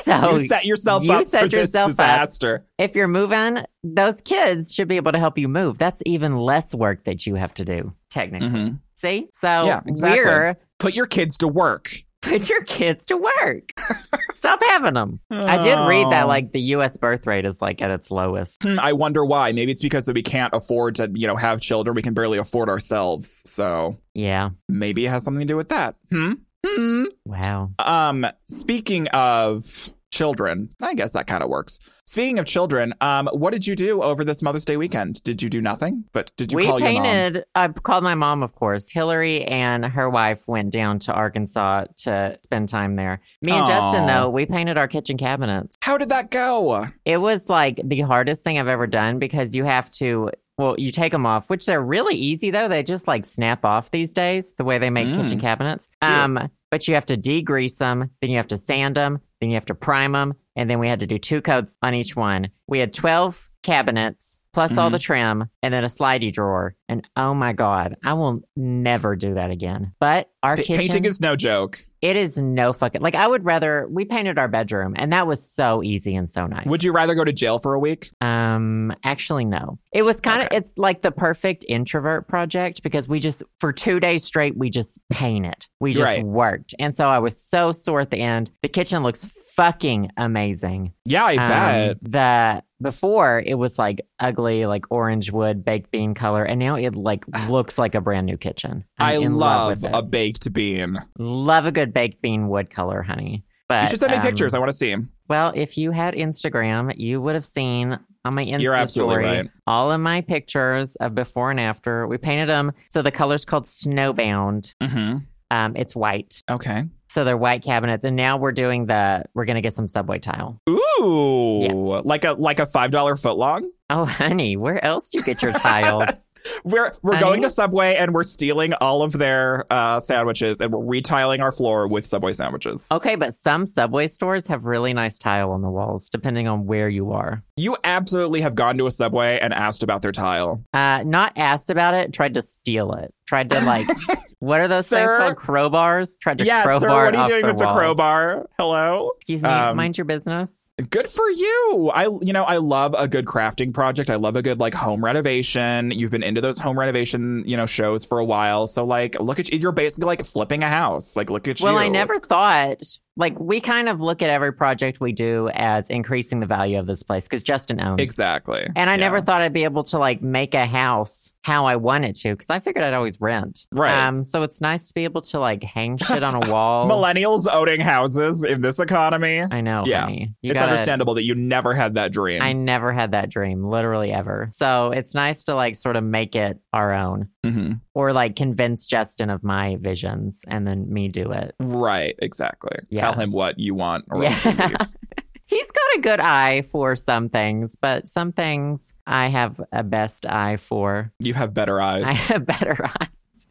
so you set yourself Oh, you up set for this yourself up. disaster. if you're moving, those kids should be able to help you move. That's even less work that you have to do, technically. Mhm. See? So Yeah, exactly. we're Put your kids to work. put your kids to work. Stop having them. I did read Oh. that like the US birth rate is like at its lowest. Hmm, I wonder why. Maybe it's because we can't afford to, you know, have children. We can barely afford ourselves. So Yeah. maybe it has something to do with that. Hmm. Hmm. Wow. Um, speaking of children, I guess that kind of works. Speaking of children, um, what did you do over this Mother's Day weekend? Did you do nothing? But did you we call your mom? painted I called my mom, of course. Hillary and her wife went down to Arkansas to spend time there. Me and Aw. Justin though, we painted our kitchen cabinets. How did that go? It was like the hardest thing I've ever done because you have to. Well, you take them off, which they're really easy though. They just like snap off these days, the way they make Mm. kitchen cabinets. Cute. Um, but you have to degrease them, then you have to sand them, then you have to prime them, and then we had to do two coats on each one. We had twelve cabinets plus all the Mm-hmm. trim, and then a slidey drawer. And oh my god, I will never do that again. But our Pa- kitchen painting is no joke. it is no fucking like I would rather we painted our bedroom, and that was so easy and so nice. Would you rather go to jail for a week? Um, actually, no. It was kind of Okay. it's like the perfect introvert project because we just for two days straight we just painted, we just Right. worked, and so I was so sore at the end. The kitchen looks fucking amazing. Yeah, I Um, bet. the before it was like ugly, like orange wood, baked bean color, and now it like looks like a brand new kitchen. I I'm in love with it. a baked bean. love a good baked bean wood color, honey. But you should send me um, pictures. I want to see them. well, if you had Instagram, you would have seen on my Insta You're absolutely story right. all of my pictures of before and after. We painted them so the color's called Snowbound. hmm Um, it's white, Okay. so they're white cabinets. And now we're doing the we're gonna get some subway tile. Ooh, like a like a five dollar foot long. Oh, honey, where else do you get your tiles? We're we're Honey? going to Subway and we're stealing all of their uh, sandwiches and we're retiling our floor with Subway sandwiches. Okay, but some Subway stores have really nice tile on the walls, depending on where you are. You absolutely have gone to a Subway and asked about their tile. Uh, not asked about it, tried to steal it. Tried to like, what are those Sir? things called? Crowbars. Tried to Yeah, crowbar sir, it what are you off doing the with the wall. crowbar? Hello? Excuse me, Um, mind your business. Good for you. I you know, I love a good crafting project. I love a good like home renovation. You've been into those home renovation, you know, shows for a while. So like look at you you're basically like flipping a house. Like look at Well, you. I never thought like we kind of look at every project we do as increasing the value of this place because Justin owns. Exactly. and I Yeah. never thought I'd be able to like make a house how I wanted to because I figured I'd always rent. Right. Um. So it's nice to be able to like hang shit on a wall. millennials owning houses in this economy. I know. Yeah. honey. You it's gotta- understandable that you never had that dream. I never had that dream, literally ever. So it's nice to like sort of make it our own Mhm. or like convince Justin of my visions and then me do it. Right, exactly. Yeah. Tell him what you want or else you Yeah. leave. He's got a good eye for some things, but some things I have a best eye for. You have better eyes. I have better eyes.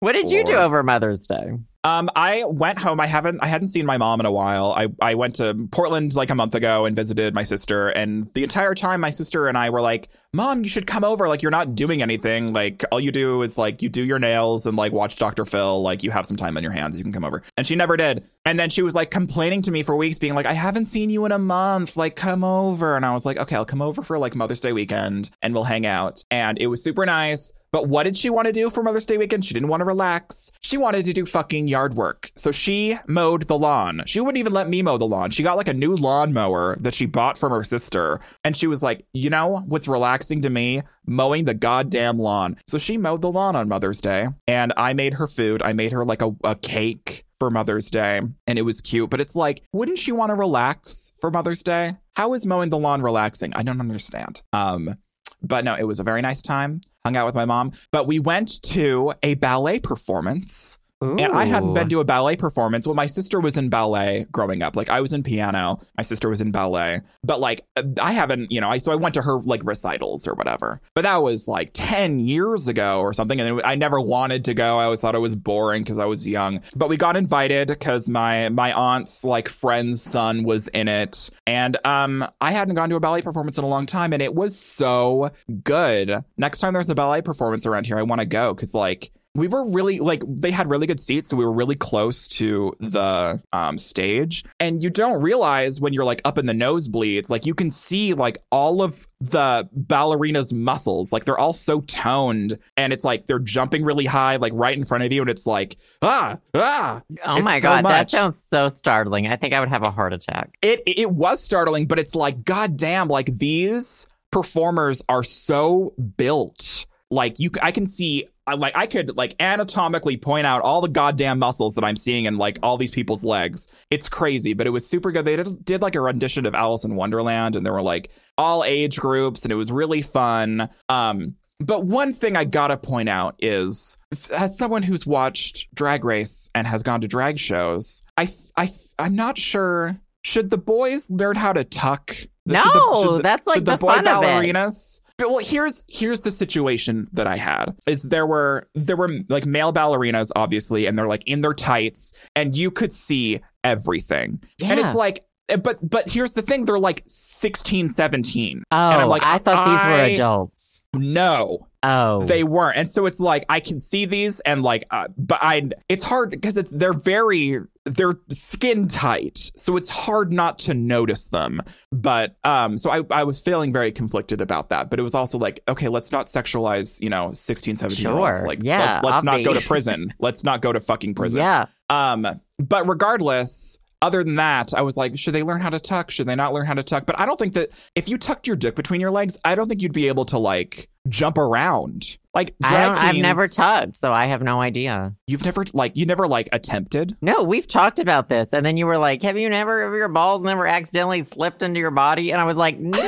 What did you do Lord. over Mother's Day? Um, I went home. I haven't. I hadn't seen my mom in a while. I I went to Portland like a month ago and visited my sister. And the entire time, my sister and I were like, "Mom, you should come over. Like, you're not doing anything. Like, all you do is like you do your nails and like watch Dr. Phil. Like, you have some time on your hands. You can come over." And she never did. And then she was like complaining to me for weeks, being like, "I haven't seen you in a month. Like, come over." And I was like, "Okay, I'll come over for like Mother's Day weekend and we'll hang out." And it was super nice. But what did she want to do for Mother's Day weekend? She didn't want to relax. She wanted to do fucking yard work. So she mowed the lawn. She wouldn't even let me mow the lawn. She got like a new lawnmower that she bought from her sister. And she was like, you know what's relaxing to me? Mowing the goddamn lawn. So she mowed the lawn on Mother's Day. And I made her food. I made her like a, a cake for Mother's Day. And it was cute. But it's like, wouldn't she want to relax for Mother's Day? How is mowing the lawn relaxing? I don't understand. Um, but no, it was a very nice time. Hung out with my mom, but we went to a ballet performance. And I hadn't been to a ballet performance. Well, my sister was in ballet growing up. Like I was in piano, my sister was in ballet. But like I haven't, you know, I so I went to her like recitals or whatever. But that was like 10 years ago or something and I never wanted to go. I always thought it was boring cuz I was young. But we got invited cuz my my aunt's like friend's son was in it. And um I hadn't gone to a ballet performance in a long time and it was so good. Next time there's a ballet performance around here, I want to go cuz like we were really like they had really good seats so we were really close to the um, stage and you don't realize when you're like up in the nosebleeds like you can see like all of the ballerina's muscles like they're all so toned and it's like they're jumping really high like right in front of you and it's like ah ah Oh It's my so god, that much. sounds so startling. I think I would have a heart attack. it it was startling, but it's like goddamn, like these performers are so built. Like you, c- I can see, I like I could like anatomically point out all the goddamn muscles that I'm seeing in like all these people's legs. It's crazy, but it was super good. They did, did like a rendition of Alice in Wonderland, and there were like all age groups, and it was really fun. Um, but one thing I gotta point out is, f- as someone who's watched Drag Race and has gone to drag shows, I, f- I, f- I'm not sure. Should the boys learn how to tuck? Should the- No, should that's, like, should the boy fun of it. ballerinas. But well, here's here's the situation that I had is there were there were like male ballerinas obviously, and they're like in their tights, and you could see everything, Yeah. and it's like. eh, But but here's the thing, they're like 16, 17. oh, and I'm like, I thought these were I- adults. No, Oh, they weren't and so it's like i can see these and like uh, but i it's hard because it's they're very they're skin tight so it's hard not to notice them but um so i i was feeling very conflicted about that but it was also like okay let's not sexualize you know 16 17 year olds Sure. like Yeah, let's let's not go obvi. to prison let's not go to fucking prison yeah. um, but regardless, other than that, I was like, should they learn how to tuck? Should they not learn how to tuck? But I don't think that if you tucked your dick between your legs, I don't think you'd be able to like jump around. Like I drag don't, I've never queens, tugged, so I have no idea. You've never like you never like attempted. No, we've talked about this, and then you were like, "Have you never, have your balls never accidentally slipped into your body?" And I was like, "No,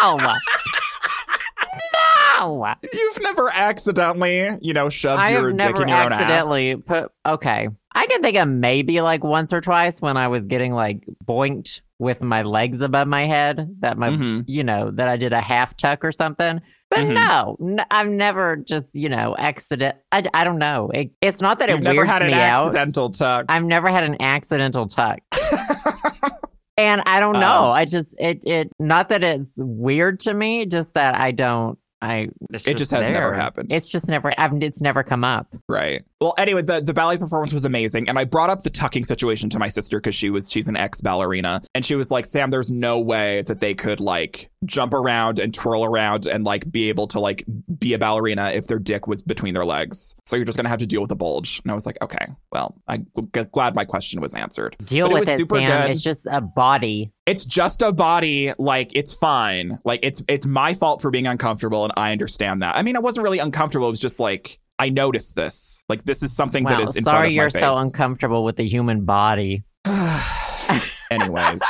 no." You've never accidentally, you know, shoved I your have dick never in your own ass. accidentally put. Okay, I can think of maybe like once or twice when I was getting like boinked with my legs above my head that my Mhm. you know that I did a half tuck or something. But Mhm. no, n- I've never just you know accident. I, I don't know. It, it's not that You've it never weirds had an me out. accidental tuck. I've never had an accidental tuck. and I don't know. Um, I just it it not that it's weird to me, just that I don't I it's It just has never there. happened. It's just never I've it's never come up. Right. Well, anyway, the, the ballet performance was amazing. And I brought up the tucking situation to my sister because she was she's an ex ballerina. And she was like, Sam, there's no way that they could like jump around and twirl around and like be able to like be a ballerina if their dick was between their legs. So you're just gonna have to deal with the bulge. And I was like, okay, well, I'm g- glad my question was answered. Deal But it with was it, super Sam. good. It's just a body. It's just a body, like it's fine. Like it's it's my fault for being uncomfortable, and I understand that. I mean, I wasn't really uncomfortable. It was just like. I noticed this. Like this is something Wow, that is in front sorry of you're my face. so uncomfortable with the human body. Anyways.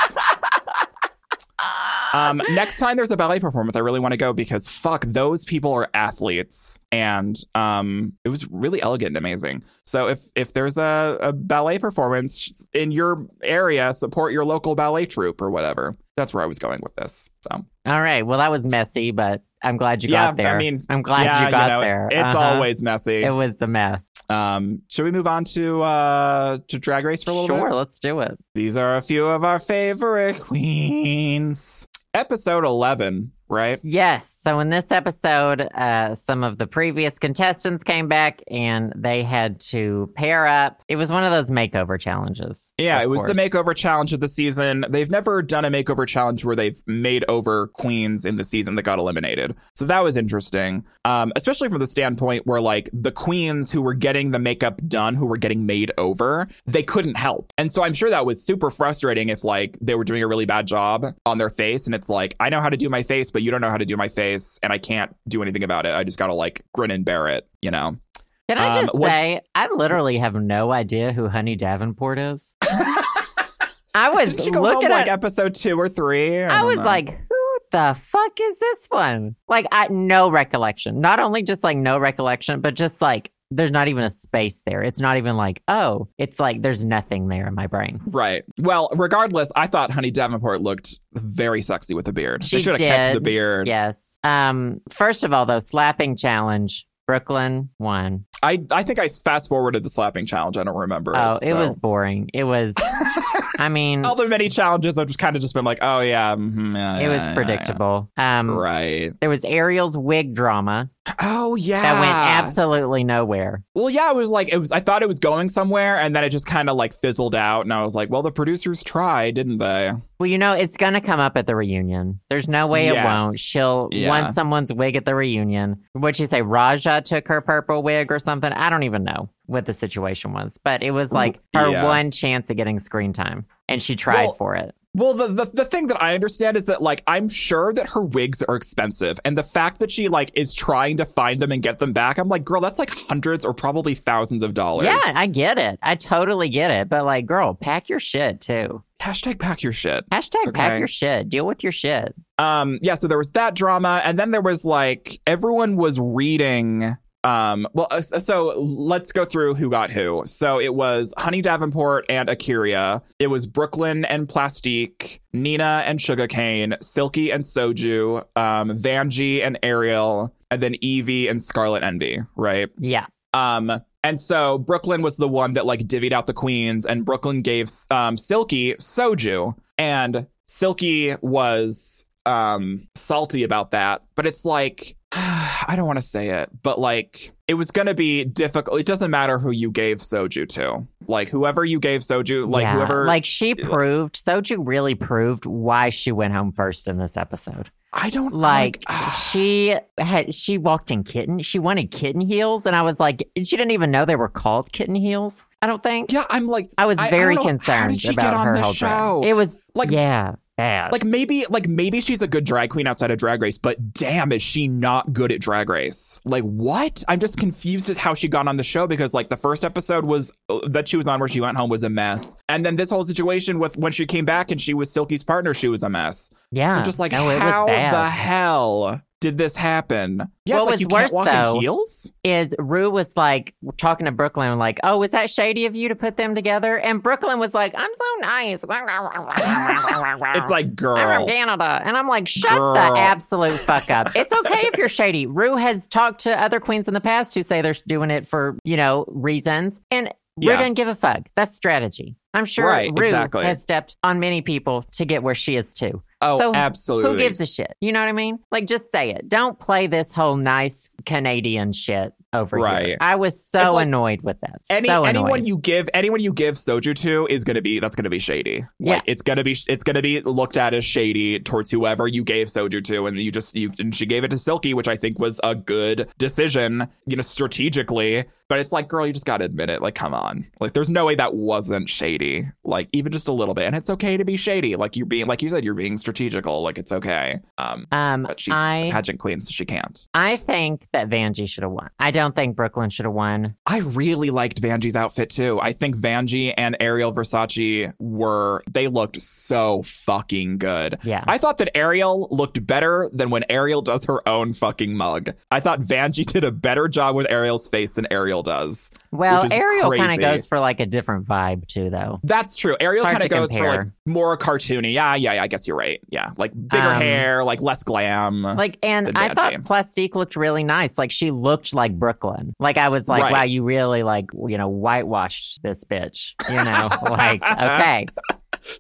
Um, next time there's a ballet performance, I really want to go because fuck, those people are athletes, and um, it was really elegant and amazing. So if if there's a, a ballet performance in your area, support your local ballet troupe or whatever. That's where I was going with this. So All right. Well, that was messy, but I'm glad you yeah, got there. I mean, I'm glad yeah, you got know, there. It's Uh-huh. always messy. it was a mess. Um, should we move on to uh to Drag Race for a little bit? Sure, let's do it. These are a few of our favorite queens. Episode 11, right? Yes. So in this episode, uh, some of the previous contestants came back and they had to pair up. It was one of those makeover challenges. Yeah, of it was course. the makeover challenge of the season. They've never done a makeover challenge where they've made over queens in the season that got eliminated. So that was interesting, um, especially from the standpoint where, like, the queens who were getting the makeup done, who were getting made over, they couldn't help. And so I'm sure that was super frustrating if, like, they were doing a really bad job on their face. And it's like, I know how to do my face, but you don't know how to do my face. And I can't do anything about it. I just got to, like, grin and bear it, you know? Can I um, just was- say, I literally have no idea who Honey Davenport is. I was Did you go looking home, like, at. episode two or three? I don't was know. like, who the fuck is this one? Like, I no recollection. Not only just like no recollection, but just like there's not even a space there. It's not even like oh, it's like there's nothing there in my brain. Right. Well, regardless, I thought Honey Davenport looked very sexy with a beard. She they should have kept did. the beard. Yes. Um. First of all, though, slapping challenge. Brooklyn won. I, I think I fast forwarded the slapping challenge. I don't remember. Oh, it so. Oh. was boring. It was. I mean, all the many challenges. I've just kind of just been like, oh yeah, mhm, yeah, it yeah, was yeah, predictable. yeah. Um. Right. There was Ariel's wig drama Oh yeah. that went absolutely nowhere. well, yeah. It was like it was. I thought it was going somewhere, and then it just kind of like fizzled out. And I was like, well, the producers tried, didn't they? Well, you know, it's going to come up at the reunion. There's no way it Yes. won't. She'll Yeah. want someone's wig at the reunion. What'd she say? Raja took her purple wig or something? I don't even know what the situation was, but it was like her yeah. one chance at getting screen time, and she tried Well, for it. Well, the, the the thing that I understand is that like I'm sure that her wigs are expensive, and the fact that she like is trying to find them and get them back, I'm like, girl, that's like hundreds or probably thousands of dollars. Yeah, I get it. I totally get it. But like, girl, pack your shit too. Hashtag pack your shit. Hashtag pack Okay. your shit. Deal with your shit. Um. Yeah. So there was that drama, and then there was like everyone was reading. Um. Well. uh, So let's go through who got who. So it was Honey Davenport and Akiria. It was Brooklyn and Plastique. Nina and Sugarcane. Silky and Soju. Um. Vanjie and Ariel. And then Evie and Scarlet Envy. Right. Yeah. Um, and so Brooklyn was the one that like divvied out the queens, and Brooklyn gave um, Silky soju, and Silky was um salty about that. But it's like I don't want to say it, but like it was gonna be difficult. It doesn't matter who you gave soju to, like whoever you gave soju, like Yeah. whoever, like she proved, Soju really proved why she went home first in this episode. I don't Like she had, she walked in kitten. She wanted kitten heels, and I was like, she didn't even know they were called kitten heels. I don't think. yeah, I'm like I was I- I very don't know, concerned how did she about get on her the whole trip. show? It was Like- like yeah, bad. like maybe like maybe she's a good drag queen outside of drag race but damn is she not good at drag race like what i'm just confused at how she got on the show because like the first episode was uh, that she was on where she went home was a mess and then this whole situation with when she came back and she was silky's partner she was a mess yeah. so just like no, Ah, it was how bad. the hell did this happen? Yeah, What it's like was you can't worse, walk though, in heels. Is Rue was like talking to Brooklyn, like, "Oh, was that shady of you to put them together?" And Brooklyn was like, "I'm so nice." It's it's like girl. I'm from Canada. And I'm like, shut Girl. the absolute fuck up. It's okay if you're shady. Rue has talked to other queens in the past who say they're doing it for, you know, reasons. And Rue Yeah. doesn't give a fuck. That's strategy. I'm sure Right, Rue exactly. has stepped on many people to get where she is too. oh, so who absolutely. Who gives a shit? You know what I mean? Like, just say it. Don't play this whole nice Canadian shit over Right. here. I was so It's like annoyed with that. any so annoyed. anyone you give anyone you give soju to is gonna be that's gonna be shady. Yeah. Like it's gonna be it's gonna be looked at as shady towards whoever you gave soju to, and you just you and she gave it to Silky, which I think was a good decision, you know, strategically. But it's like, girl, you just gotta admit it. Like, come on, like there's no way that wasn't shady. Like even just a little bit, and it's okay to be shady. Like you're being like you said, you're being strategical. Like it's okay. Um, um, but she's I, a pageant queen, so she can't. I think that Vanjie should have won. I don't think Brooklyn should have won. I really liked Vanjie's outfit too. I think Vanjie and Ariel Versace were they looked so fucking good. Yeah. I thought that Ariel looked better than when Ariel does her own fucking mug. I thought Vanjie did a better job with Ariel's face than Ariel does. Well, which is Ariel kind crazy. of goes for like a different vibe too, though. That's true. Ariel Hard kind of to goes for like compare. more cartoony. Yeah, yeah, yeah. I guess you're right. Yeah, like bigger Um, hair, like less glam. Like, and Than I thought Vanjie. Plastique looked really nice. Like, she looked like Brooklyn. Like, I was like, Right. wow, you really like, you know, whitewashed this bitch. You know, like, okay.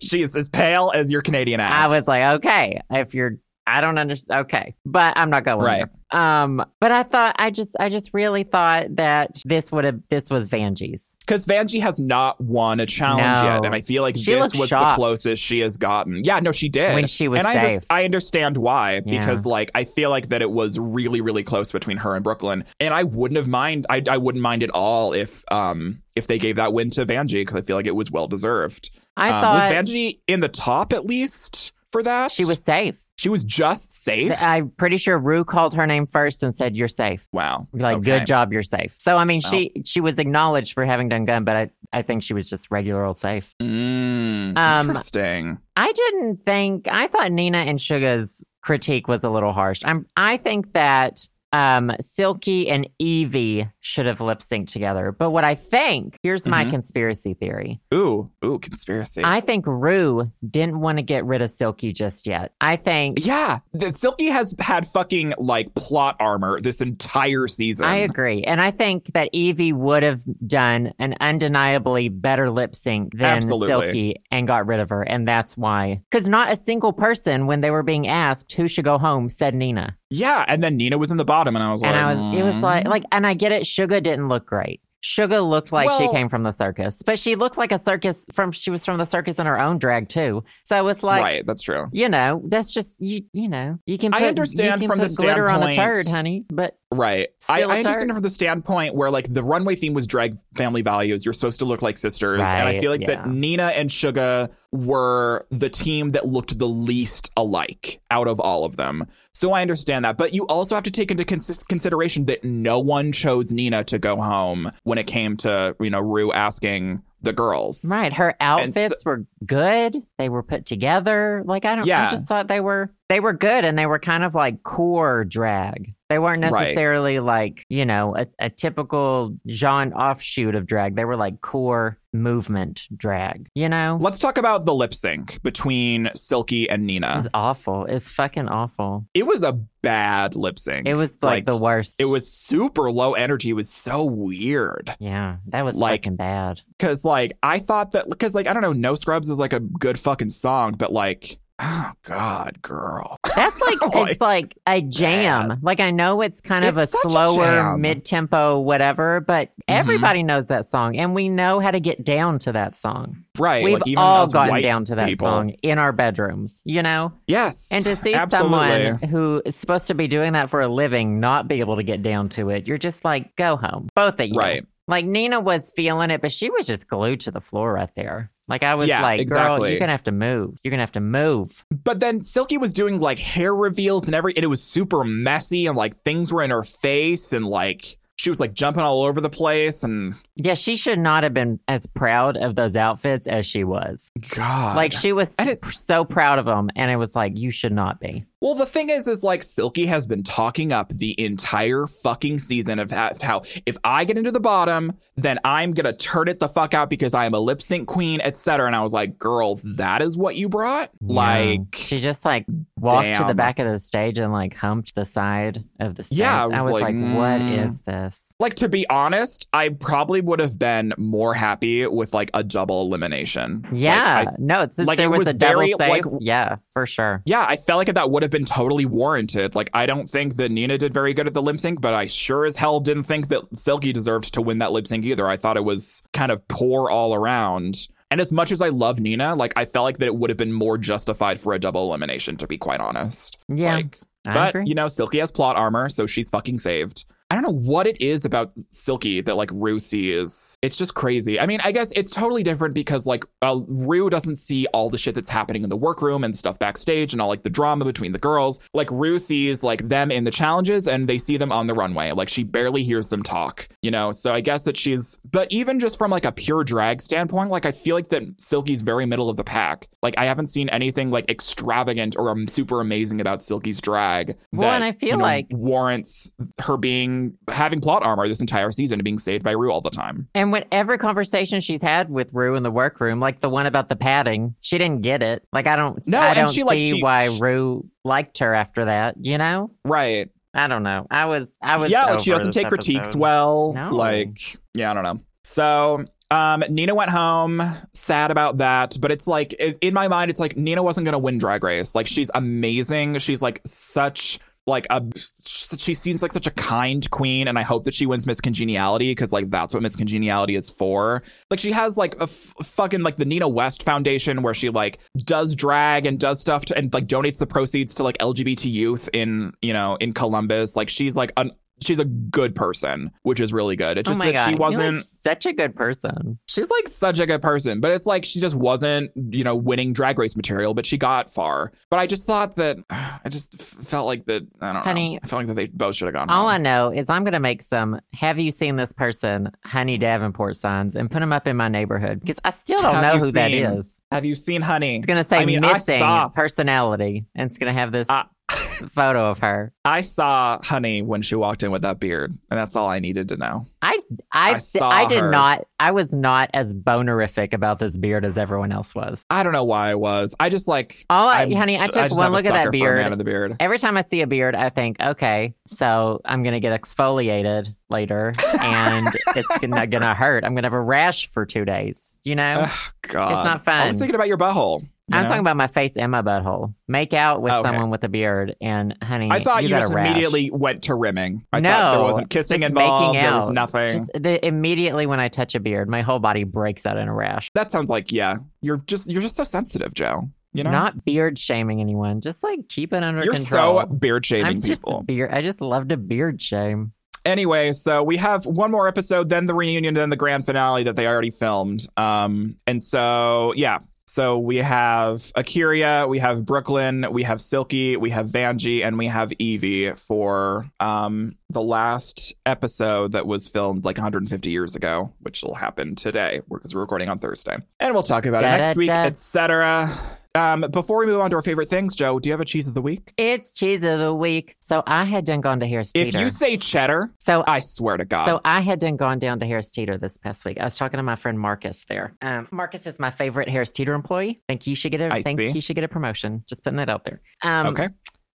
she is as pale as your Canadian ass. I was like, okay, if you're, I don't understand. Okay, but I'm not going Right. there. Um, but I thought, I just, I just really thought that this would have, this was Vanjie's. Because Vanjie has not won a challenge No. yet, and I feel like She this looked was the shocked. closest she has gotten. Yeah, no, she did. When she was and I, safe. just, I understand why Yeah. because like I feel like that it was really really close between her and Brooklyn, and I wouldn't have mind. I, I wouldn't mind at all if um if they gave that win to Vanjie because I feel like it was well deserved. I Um, thought was Vanjie in the top at least for that. she was safe. she was just safe. I'm pretty sure Rue called her name first and said, you're safe. wow, like Okay. good job you're safe so i mean she she was acknowledged for having done gun but i i think she was just regular old safe Mm, Um, interesting. i didn't think i thought nina and suga's critique was a little harsh i'm i think that um silky and evie should have lip synced together but what i think here's my Mhm. conspiracy theory Ooh ooh conspiracy. i think rue didn't want to get rid of silky just yet i think Yeah, that Silky has had fucking like plot armor this entire season. I agree. And I think that Evie would have done an undeniably better lip sync than Absolutely. Silky and got rid of her. And that's why. Because not a single person, when they were being asked who should go home, said Nina. Yeah, and then Nina was in the bottom, and I was And like, I was, it was "Mm." like, like, and I get it. Sugar didn't look great. Sugar looked like she Well- came from the circus, but she looked like a circus from, she was from the circus in her own drag too. So it's like, right, that's true. You know, that's just you. You know, you can. I Put, understand you can from the put glitter on a standpoint- turd, honey. But Right. I, Still a I understand tart. from the standpoint where like the runway theme was drag family values. You're supposed to look like sisters. and I Right, feel like yeah. that Nina and Suga were the team that looked the least alike out of all of them. So I understand that. But you also have to take into cons- consideration that no one chose Nina to go home when it came to, you know, Rue asking the girls. Right. Her And so- outfits were good. They were put together. Like I don't Yeah. I just thought they were they were good and they were kind of like core drag. They weren't Right. necessarily like, you know, a, a typical genre offshoot of drag. They were like core movement drag, you know? Let's talk about the lip sync between Silky and Nina. It's awful. It's fucking awful. It was a bad lip sync. It was like, the worst. It was super low energy. It was so weird. yeah, that was like- fucking bad. Cause like I thought that because like I don't know, No Scrubs is like a good fucking song, but like oh god, girl. That's like, Like, it's like a jam. Like I know it's kind of It's a such a slower jam. mid tempo whatever, but Mhm. everybody knows that song and we know how to get down to that song. Right. We've like even all those gotten white down to that people. song in our bedrooms, you know? Yes. And to see Absolutely. someone who is supposed to be doing that for a living not be able to get down to it, you're just like, go home. Both of you. Right. Like Nina was feeling it, but she was just glued to the floor right there. Like I was Yeah, like, girl, exactly. you're gonna have to move. You're gonna have to move. But then Silky was doing like hair reveals and every and it was super messy and like things were in her face and like she was like jumping all over the place and Yeah, she should not have been as proud of those outfits as she was. God. Like she was And it's- so proud of them, and it was like you should not be. Well, the thing is, is like Silky has been talking up the entire fucking season of ha- how if I get into the bottom, then I'm gonna turn it the fuck out because I am a lip sync queen, etc. And I was like, girl, that is what you brought. Yeah. Like, She just like walked to the Damn. back of the stage and like humped the side of the stage. Yeah, I was, like, what mm. is this? like to be honest, I probably would have been more happy with like a double elimination. Like, Yeah, I no, it's like, there it was, was a double very, safe. like- yeah, for sure. Yeah, I felt like that would have been totally warranted. Like, I don't think that Nina did very good at the lip sync, but I sure as hell didn't think that Silky deserved to win that lip sync either. I thought it was kind of poor all around. And as much as I love Nina, like, I felt like that it would have been more justified for a double elimination, to be quite honest. Yeah, Like, I but, agree. you know, Silky has plot armor, so she's fucking saved. I don't know what it is about Silky that like Rue sees. It's just crazy. I mean, I guess it's totally different because like uh, Rue doesn't see all the shit that's happening in the workroom and stuff backstage and all like the drama between the girls. Like Rue sees like them in the challenges and they see them on the runway. Like she barely hears them talk, you know? So I guess that she's, but even just from like a pure drag standpoint, like I feel like that Silky's very middle of the pack. Like I haven't seen anything like extravagant or um, super amazing about Silky's drag. Well, that, and I feel you know, like- warrants her being having plot armor this entire season and being saved by Rue all the time. And when every conversation she's had with Rue in the workroom, like the one about the padding, she didn't get it. Like I don't, No, I and don't she, see like, she- why she- Rue liked her after that. You know, Right. I don't know. I was, I was. yeah, like she over doesn't this take critiques episode. well. No. Like, yeah, I don't know. So, um, Nina went home, sad about that. But it's like i- in my mind, it's like Nina wasn't gonna win Drag Race. Like, she's amazing. She's like such like a she seems like such a kind queen and i hope that she wins miss congeniality because like that's what miss congeniality is for like she has like a f- fucking like the nina west foundation where she like does drag and does stuff to, and like donates the proceeds to like lgbt youth in you know in columbus like she's like an she's a good person which is really good it's Oh just my that god, she you're, like, wasn't such a good person. she's like such a good person, but it's like she just wasn't, you know, winning drag race material, but she got far. But I just thought that I just f- felt like that I don't Honey, know. I felt like that they both should have gone All I home. know is I'm going to make some have you seen this person, Honey Davenport signs and put them up in my neighborhood because I still don't Have know you who that seen- is. Have you seen Honey? It's going to say I mean, I missing saw- personality and it's going to have this Uh, photo of her. I saw Honey when she walked in with that beard, and that's all I needed to know. I, I, I saw I did her. not, I was not as bonerific about this beard as everyone else was. I don't know why I was. I just like All I, I'm- honey, I took just one am a look at sucker for that a beard. Man of the beard. Every time I see a beard, I think, okay, so I'm going to get exfoliated later and it's not going to hurt. I'm going to have a rash for two days, you know? Ugh, God, it's not I fun. was thinking about your butthole. you I'm know? talking about my face and my butthole. Make out with Okay. someone with a beard, and honey, I thought you, got a just rash. immediately went to rimming. I No, thought there wasn't kissing just involved. making There was out. nothing. Just the, immediately when I touch a beard, my whole body breaks out in a rash. That sounds like yeah. You're just you're just so sensitive, Joe. You know, Not beard shaming anyone, just like keep it under you're control. so beard I'm shaming just people. beard. I just love to beard shame. Anyway, so we have one more episode, then the reunion, then the grand finale that they already filmed. Um, and so yeah. So we have Akiria, we have Brooklyn, we have Silky, we have Vanjie, and we have Evie for um, the last episode that was filmed like 150 years ago, which will happen today because we're recording on Thursday. And we'll talk about it next week, Da-da-da. etc. Um, before we move on to our favorite things, Joe, do you have a cheese of the week? It's cheese of the week. So I had done gone to Harris If Teeter. you say cheddar, so I swear to God. So I had done gone down to Harris Teeter this past week. I was talking to my friend Marcus there. Um, Marcus is my favorite Harris Teeter employee. Think you should get a I think see. you should get a promotion. Just putting that out there. Um, okay.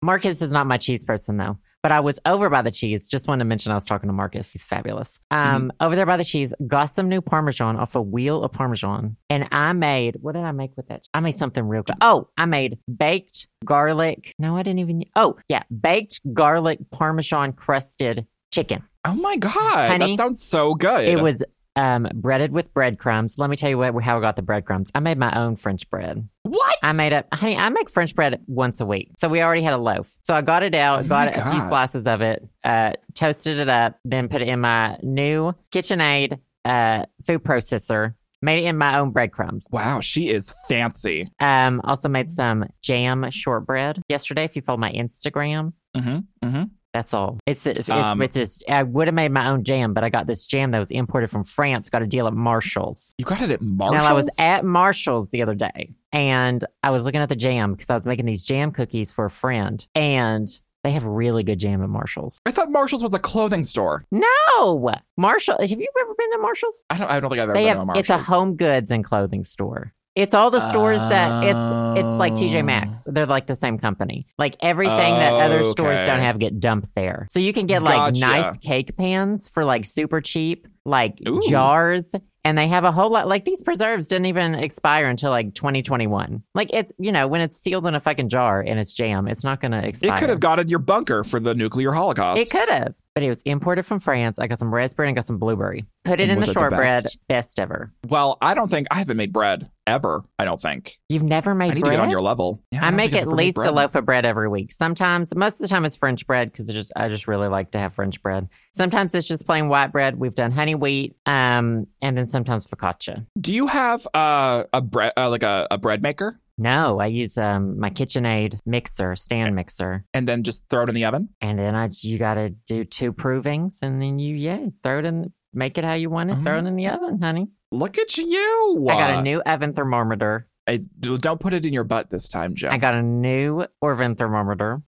Marcus is not my cheese person though. But I was over by the cheese. Just wanted to mention I was talking to Marcus. He's fabulous. Um, Mm-hmm. Over there by the cheese, got some new Parmesan off a wheel of Parmesan. And I made, what did I make with that? I made something real good. Oh, I made baked garlic. No, I didn't even. Oh, yeah. Baked garlic Parmesan crusted chicken. Oh my god, Honey, that sounds so good. It was um, breaded with breadcrumbs. Let me tell you what, how I got the breadcrumbs. I made my own French bread. what? I made it, honey. I make French bread once a week, so we already had a loaf. So I got it out, Oh my got a few God. slices of it, uh, toasted it up, then put it in my new KitchenAid uh, food processor. Made it in my own breadcrumbs. Wow, she is fancy. Um, Mm. also made some jam shortbread yesterday. If you follow my Instagram, Mm-hmm. Mm-hmm. That's all. It's it's, it's, Um, it's just I would have made my own jam, but I got this jam that was imported from France. Got a deal at Marshalls. You got it at Marshalls. Now I was at Marshalls the other day, and I was looking at the jam because I was making these jam cookies for a friend, and they have really good jam at Marshalls. I thought Marshalls was a clothing store. No, Marshall. Have you ever been to Marshalls? I don't. I don't think I've ever They been have. to a It's a Marshalls. home goods and clothing store. It's all the stores that it's it's like Oh. TJ Maxx. They're like the same company. Like everything that other stores Oh, Okay. don't have get dumped there. So you can get like Gotcha. nice cake pans for like super cheap, like Ooh. jars. And they have a whole lot like these preserves didn't even expire until like 2021. Like it's you know, when it's sealed in a fucking jar and it's jam, it's not gonna expire. It could have gotten your bunker for the nuclear holocaust. It could have, but it was imported from France. I got some raspberry and I got some blueberry. Put it And in was the it the shortbread, best? best ever. Well, I don't think I haven't made bread ever. I don't think. You've never made I need bread. to get on your level. Yeah, I don't make think at I've ever made least a bread. loaf of bread every week. Sometimes, most of the time, it's French bread because just I just really like to have French bread. Sometimes it's just plain white bread. We've done honey wheat, um, and then sometimes focaccia. Do you have uh, a bread uh, like a, a bread maker No, I use um, my KitchenAid mixer, stand mixer, and then just throw it in the oven? and then I you got to do two provings, and then you yeah throw it in, make it how you want it, throw Uh-huh. it in the oven, honey. Look at you! I got a new oven thermometer. It's- don't put it in your butt this time, Joe. I got a new oven thermometer.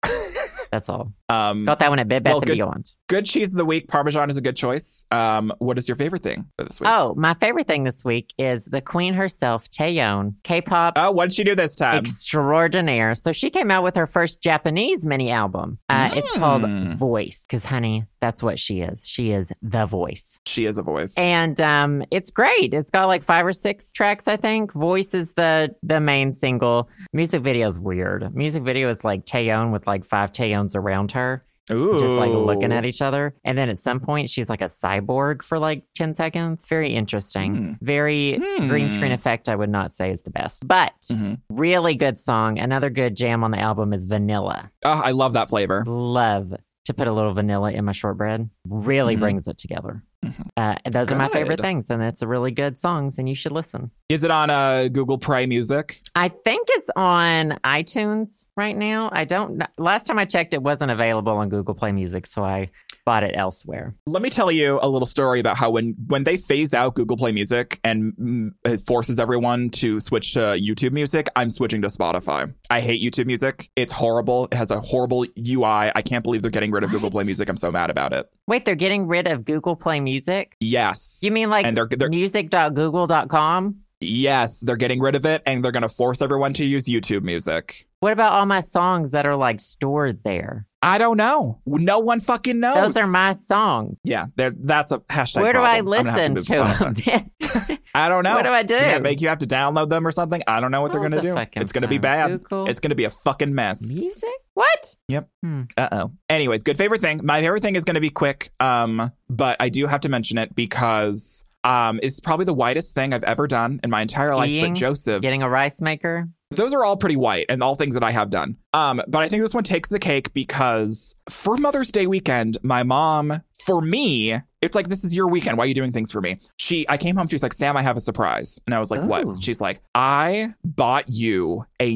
That's all. um, Got that one at Bed Bath Well, and good- Beyond. good cheese of the week. Parmesan is a good choice. Um, what is your favorite thing for this week? Oh, my favorite thing this week is the queen herself, Taeyeon, K-pop Oh, what'd she do this time? extraordinaire. So she came out with her first Japanese mini album. Uh, It's called Mm. Voice, because honey, that's what she is. She is the voice. she is a voice. And um, it's great. It's got like five or six tracks, I think. Voice is the the main single. Music video is weird. Music video is like Taeyeon with like five Taeyeons around her, Ooh. just like looking at each other. And then at some point, she's like a cyborg for like ten seconds. Very interesting. Hmm. Very Hmm. green screen effect. I would not say is the best, but Mhm. really good song. Another good jam on the album is Vanilla. Oh, I love that flavor. Love to put a little vanilla in my shortbread. Really Mhm. brings it together. Uh, and those are my favorite Mm-hmm. Good. things, and it's a really good songs, and you should listen. Is it on uh, Google Play Music? I think it's on iTunes right now. I don't. kn- Last time I checked, it wasn't available on Google Play Music, so I bought it elsewhere. Let me tell you a little story about how when when they phase out Google Play Music and mm, it forces everyone to switch to YouTube Music, I'm switching to Spotify. I hate YouTube Music. It's horrible. It has a horrible UI. I can't believe they're getting rid of Google What? Play Music. I'm so mad about it. Wait, they're getting rid of Google Play Music. Yes. You mean like and they're they're music.google.com? yes, they're getting rid of it and they're going to force everyone to use YouTube Music. What about all my songs that are like stored there? I don't know. No one fucking knows. Those are my songs. Yeah, they're- Oh, that's a hashtag. Where do I problem. I'm gonna have listen move to them? Spotify. I don't know. What do I do? They're gonna make you have to download them or something. I don't know what they're All gonna the do. fucking It's gonna be time. bad. Google It's gonna be a fucking mess. music? What? Uh oh. Anyways, good favorite thing. My favorite thing is gonna be quick. Um, but I do have to mention it because um, it's probably the whitest thing I've ever done in my entire life. Skiing? But Joseph, Getting a rice maker? those are all pretty white and all things that I have done. Um, but I think this one takes the cake because for Mother's Day weekend, my mom, for me, it's like this is your weekend. Why are you doing things for me? She, I came home. She's like, Sam, I have a surprise, and I was like, Ooh. What? She's like, I bought you a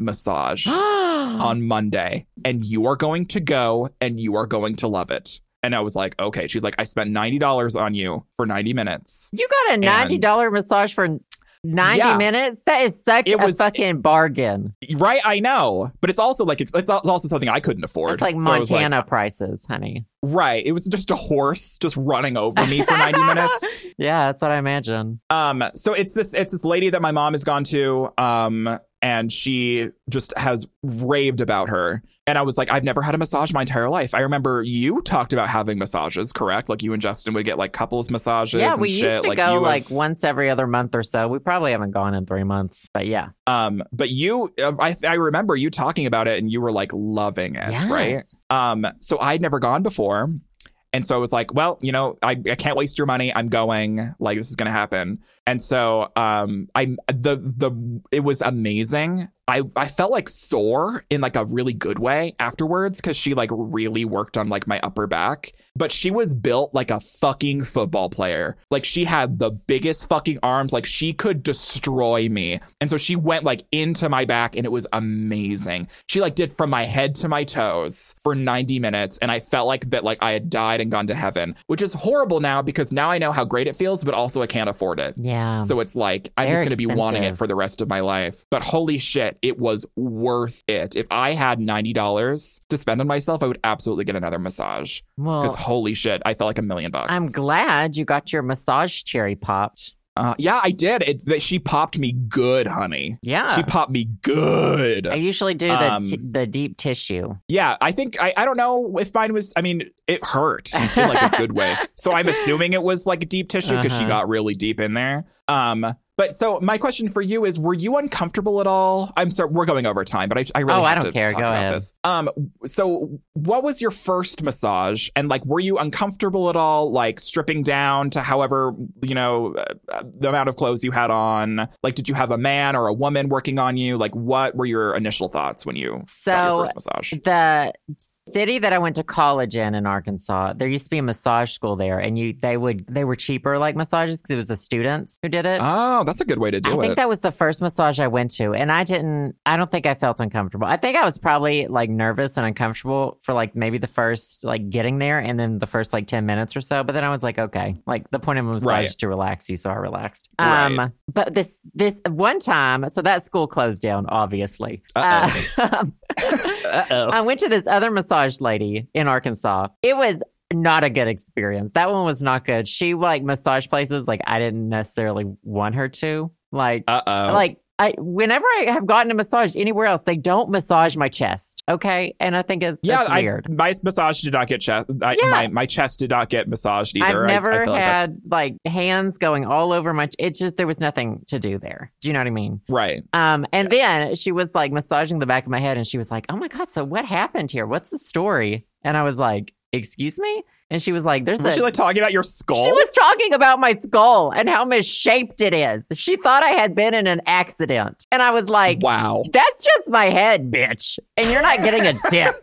massage on Monday, and you are going to go and you are going to love it. And I was like, Okay. She's like, I spent ninety dollars on you for ninety minutes. you got a ninety dollar massage for ninety Yeah. minutes? That is such It a was- fucking bargain. Right? I know, but it's also like it's, it's also something I couldn't afford. It's like So I was Montana prices, honey. Right. It was just a horse just running over me for 90 minutes. Yeah, that's what I imagine. Um so it's this it's this lady that my mom has gone to um and she just has raved about her. And I was like, I've never had a massage my entire life. I remember you talked about having massages, correct? Like you and Justin would get like couples massages. Yeah, and we shit. used to like, go you like have- once every other month or so. We probably haven't gone in three months, but yeah. Um, but you, I I remember you talking about it, and you were like loving it, right? Yes. Um, so I'd never gone before. And so I was like, well, you know, I, I can't waste your money. I'm going. Like this is gonna happen. And so um I the the it was amazing. I, I felt like sore in like a really good way afterwards because she like really worked on like my upper back. But she was built like a fucking football player. Like she had the biggest fucking arms. Like she could destroy me. And so she went like into my back and it was amazing. She like did from my head to my toes for 90 minutes. And I felt like that like I had died and gone to heaven, which is horrible now because now I know how great it feels, but also I can't afford it. Yeah. So it's like Um, I'm They're just going to be wanting it expensive. for the rest of my life. But holy shit, it was worth it. If I had ninety dollars to spend on myself, I would absolutely get another massage. Because Well, holy shit, I felt like a million bucks. Oh. I'm glad you got your massage cherry popped. uh, yeah, I did. It, that she popped me good, honey. Yeah. She popped me good. I usually do the Um, t- the deep tissue. yeah, I think I, I don't know if mine was. I mean, it hurt in like a good way. So I'm assuming it was like deep tissue because she Uh-huh. got really deep in there. Um, but so my question for you is: Were you uncomfortable at all? I'm sorry, we're going over time, but I, I really Oh, I have don't to care. talk Go about ahead. this. Um, so what was your first massage, and like, were you uncomfortable at all? Like stripping down to however you know uh, the amount of clothes you had on. Like, did you have a man or a woman working on you? Like, what were your initial thoughts when you got your So first massage? the city that I went to college in in Arkansas, there used to be a massage school there, and you they would they were cheaper like massages because it was the students who did it. Oh, that's a good way to I do think it. that was the first massage I went to, and I didn't. I don't think I felt uncomfortable. I think I was probably like nervous and uncomfortable for like maybe the first like getting there, and then the first like ten minutes or so. But then I was like, okay, like the point of a massage Right. is to relax you, so I relaxed. Right. Um, but this this one time, so that school closed down, obviously. Uh-oh. Uh, I went to this other massage lady in Arkansas. It was not a good experience. That one was not good. She like massage places like I didn't necessarily want her to. Like Uh oh. like I whenever I have gotten a massage anywhere else, they don't massage my chest. Okay. And I think it's, yeah, it's I, weird. my massage did not get chest. I, Yeah. my, my chest did not get massaged I, either. have I- I never feel like that's- had like hands going all over my. ch- It's just there was nothing to do there. Do you know what I mean? right. Um, and then she was like massaging the back of my head, and she was like, "Oh my god, so what happened here? What's the story?" And I was like, "Excuse me." And she was like, "There's Was a." she like talking about your skull? She was talking about my skull and how misshaped it is. She thought I had been in an accident. And I was like, wow. That's just my head, bitch. And you're not getting a tip.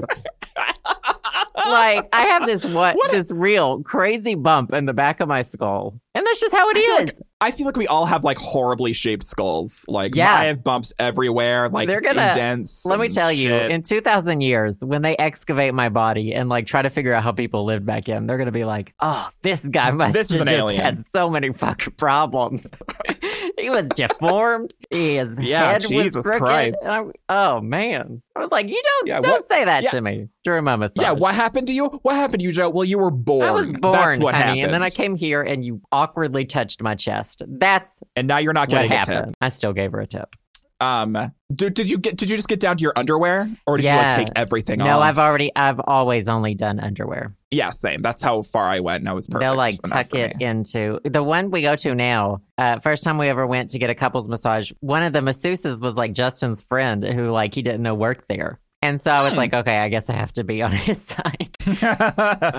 like I have this what, What a- this real crazy bump in the back of my skull. And that's just how it is. I feel like we all have like horribly shaped skulls. Like Yeah. I have bumps everywhere. Like They're gonna- indents. Let me and tell you, shit. in 2000 years when they excavate my body and like try to figure out how people lived back in, they're going to be like, "Oh, this guy must This is have an just alien." had so many fucking problems. he was deformed. His Yeah, head Jesus was crooked. Christ. And I- oh man. I was like, "You don't Yeah, don't what- say that yeah. to me during my massage." yeah. What happened to you? What happened to you, Joe? Well, you were born. I was born, That's what honey, happened. and then I came here and you awkwardly touched my chest. That's And now you're not what getting a tip. happened. I still gave her a tip. Um. Did, did you get? Did you just get down to your underwear, or did you Yeah. like oh, take everything off? No, I've already, I've always only done underwear. Yeah, same. That's how far I went, and I was perfect. They'll like enough tuck for it me. into the one we go to now. Uh, first time we ever went to get a couples massage, one of the masseuses was like Justin's friend who like he didn't know worked there. And so I was Hmm. like, okay, I guess I have to be on his side.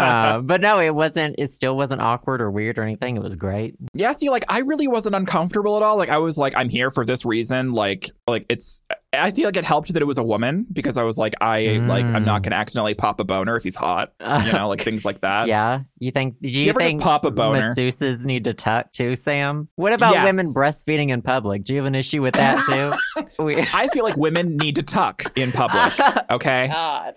Uh, but no, it wasn't, it still wasn't awkward or weird or anything. It was great. yeah, see, like I really wasn't uncomfortable at all. Like I was like, I'm here for this reason. Like, like it's. I feel like it helped that it was a woman because I was like, I like, I'm Mm. not gonna accidentally pop a boner if he's hot. You know, like things like that. yeah. You think, do you, Do you ever think just pop a boner? masseuses need to tuck too, Sam? What about Yes. women breastfeeding in public? Do you have an issue with that too? we- I feel like women need to tuck in public. Okay, God.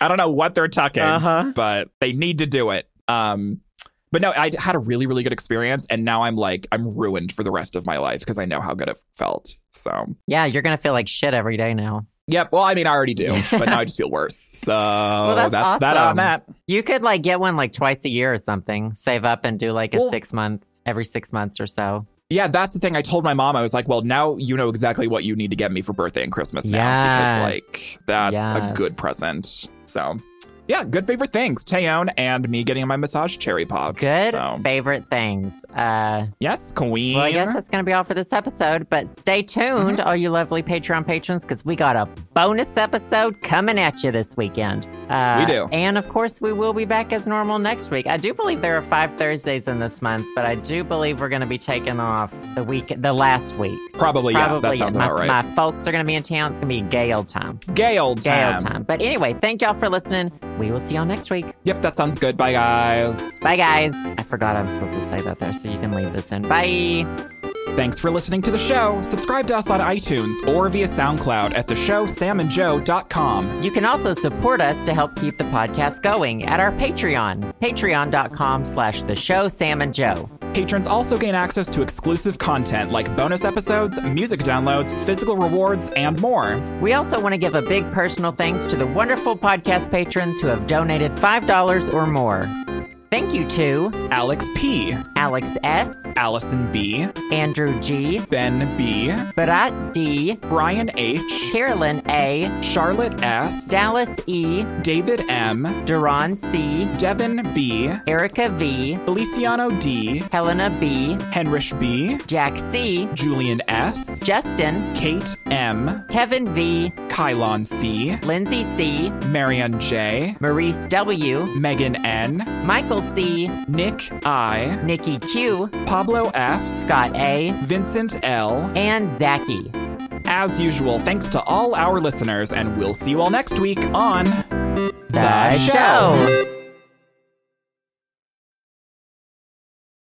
I don't know what they're tucking. Uh huh. but they need to do it. Um, but no, I had a really, really good experience, and now I'm like, I'm ruined for the rest of my life because I know how good it felt. So, Yeah, you're going to feel like shit every day now. yep. Well, I mean, I already do, but now I just feel worse. So that's that awesome. on that. You could like get one like twice a year or something. Save up and do like a Well- six month every six months or so. Yeah, that's the thing. I told my mom, I was like, well, now you know exactly what you need to get me for birthday and Christmas now because, Yes. like, that's a Yes. good present. So, yeah, good favorite things. Taeyeon and me getting my massage cherry pop. Good So, favorite things. Uh, yes, queen. well, I guess that's going to be all for this episode, but stay tuned, Mm-hmm. all you lovely Patreon patrons, because we got a bonus episode coming at you this weekend. Uh, We do. And of course, we will be back as normal next week. I do believe there are five Thursdays in this month, but I do believe we're going to be taking off the week, the last week. Probably, yeah, that sounds my, about right. My folks are going to be in town. It's going to be gay old time. Gale Gay time. old time. But anyway, thank y'all for listening. We will see y'all next week. Yep, that sounds good. Bye, guys. Bye, guys. I forgot I was supposed to say that there, so you can leave this in. Bye. Thanks for listening to the show. Subscribe to us on iTunes or via SoundCloud at the show samandjoe.com. You can also support us to help keep the podcast going at our Patreon, patreon.com slash the show Sam and Joe. Patrons also gain access to exclusive content like bonus episodes, music downloads, physical rewards, and more. We also want to give a big personal thanks to the wonderful podcast patrons who have donated $5 or more. Thank you to Alex P, Alex S., Allison B, Andrew G., Ben B, Barat D., Brian H, Carolyn A., Charlotte S, Dallas E., David M, Duran C., Devin B, Erica V., Feliciano D, Helena B., Henrich B, Jack C., Julian S, Justin, Kate M, Kevin V., Kylon C, Lindsay C., Marianne J, Maurice W., Megan N, Michael C., Nick I, Nikki Q., Pablo F, Scott A., Vincent L. and Zachy. As usual, thanks to all our listeners, and we'll see you all next week on The show.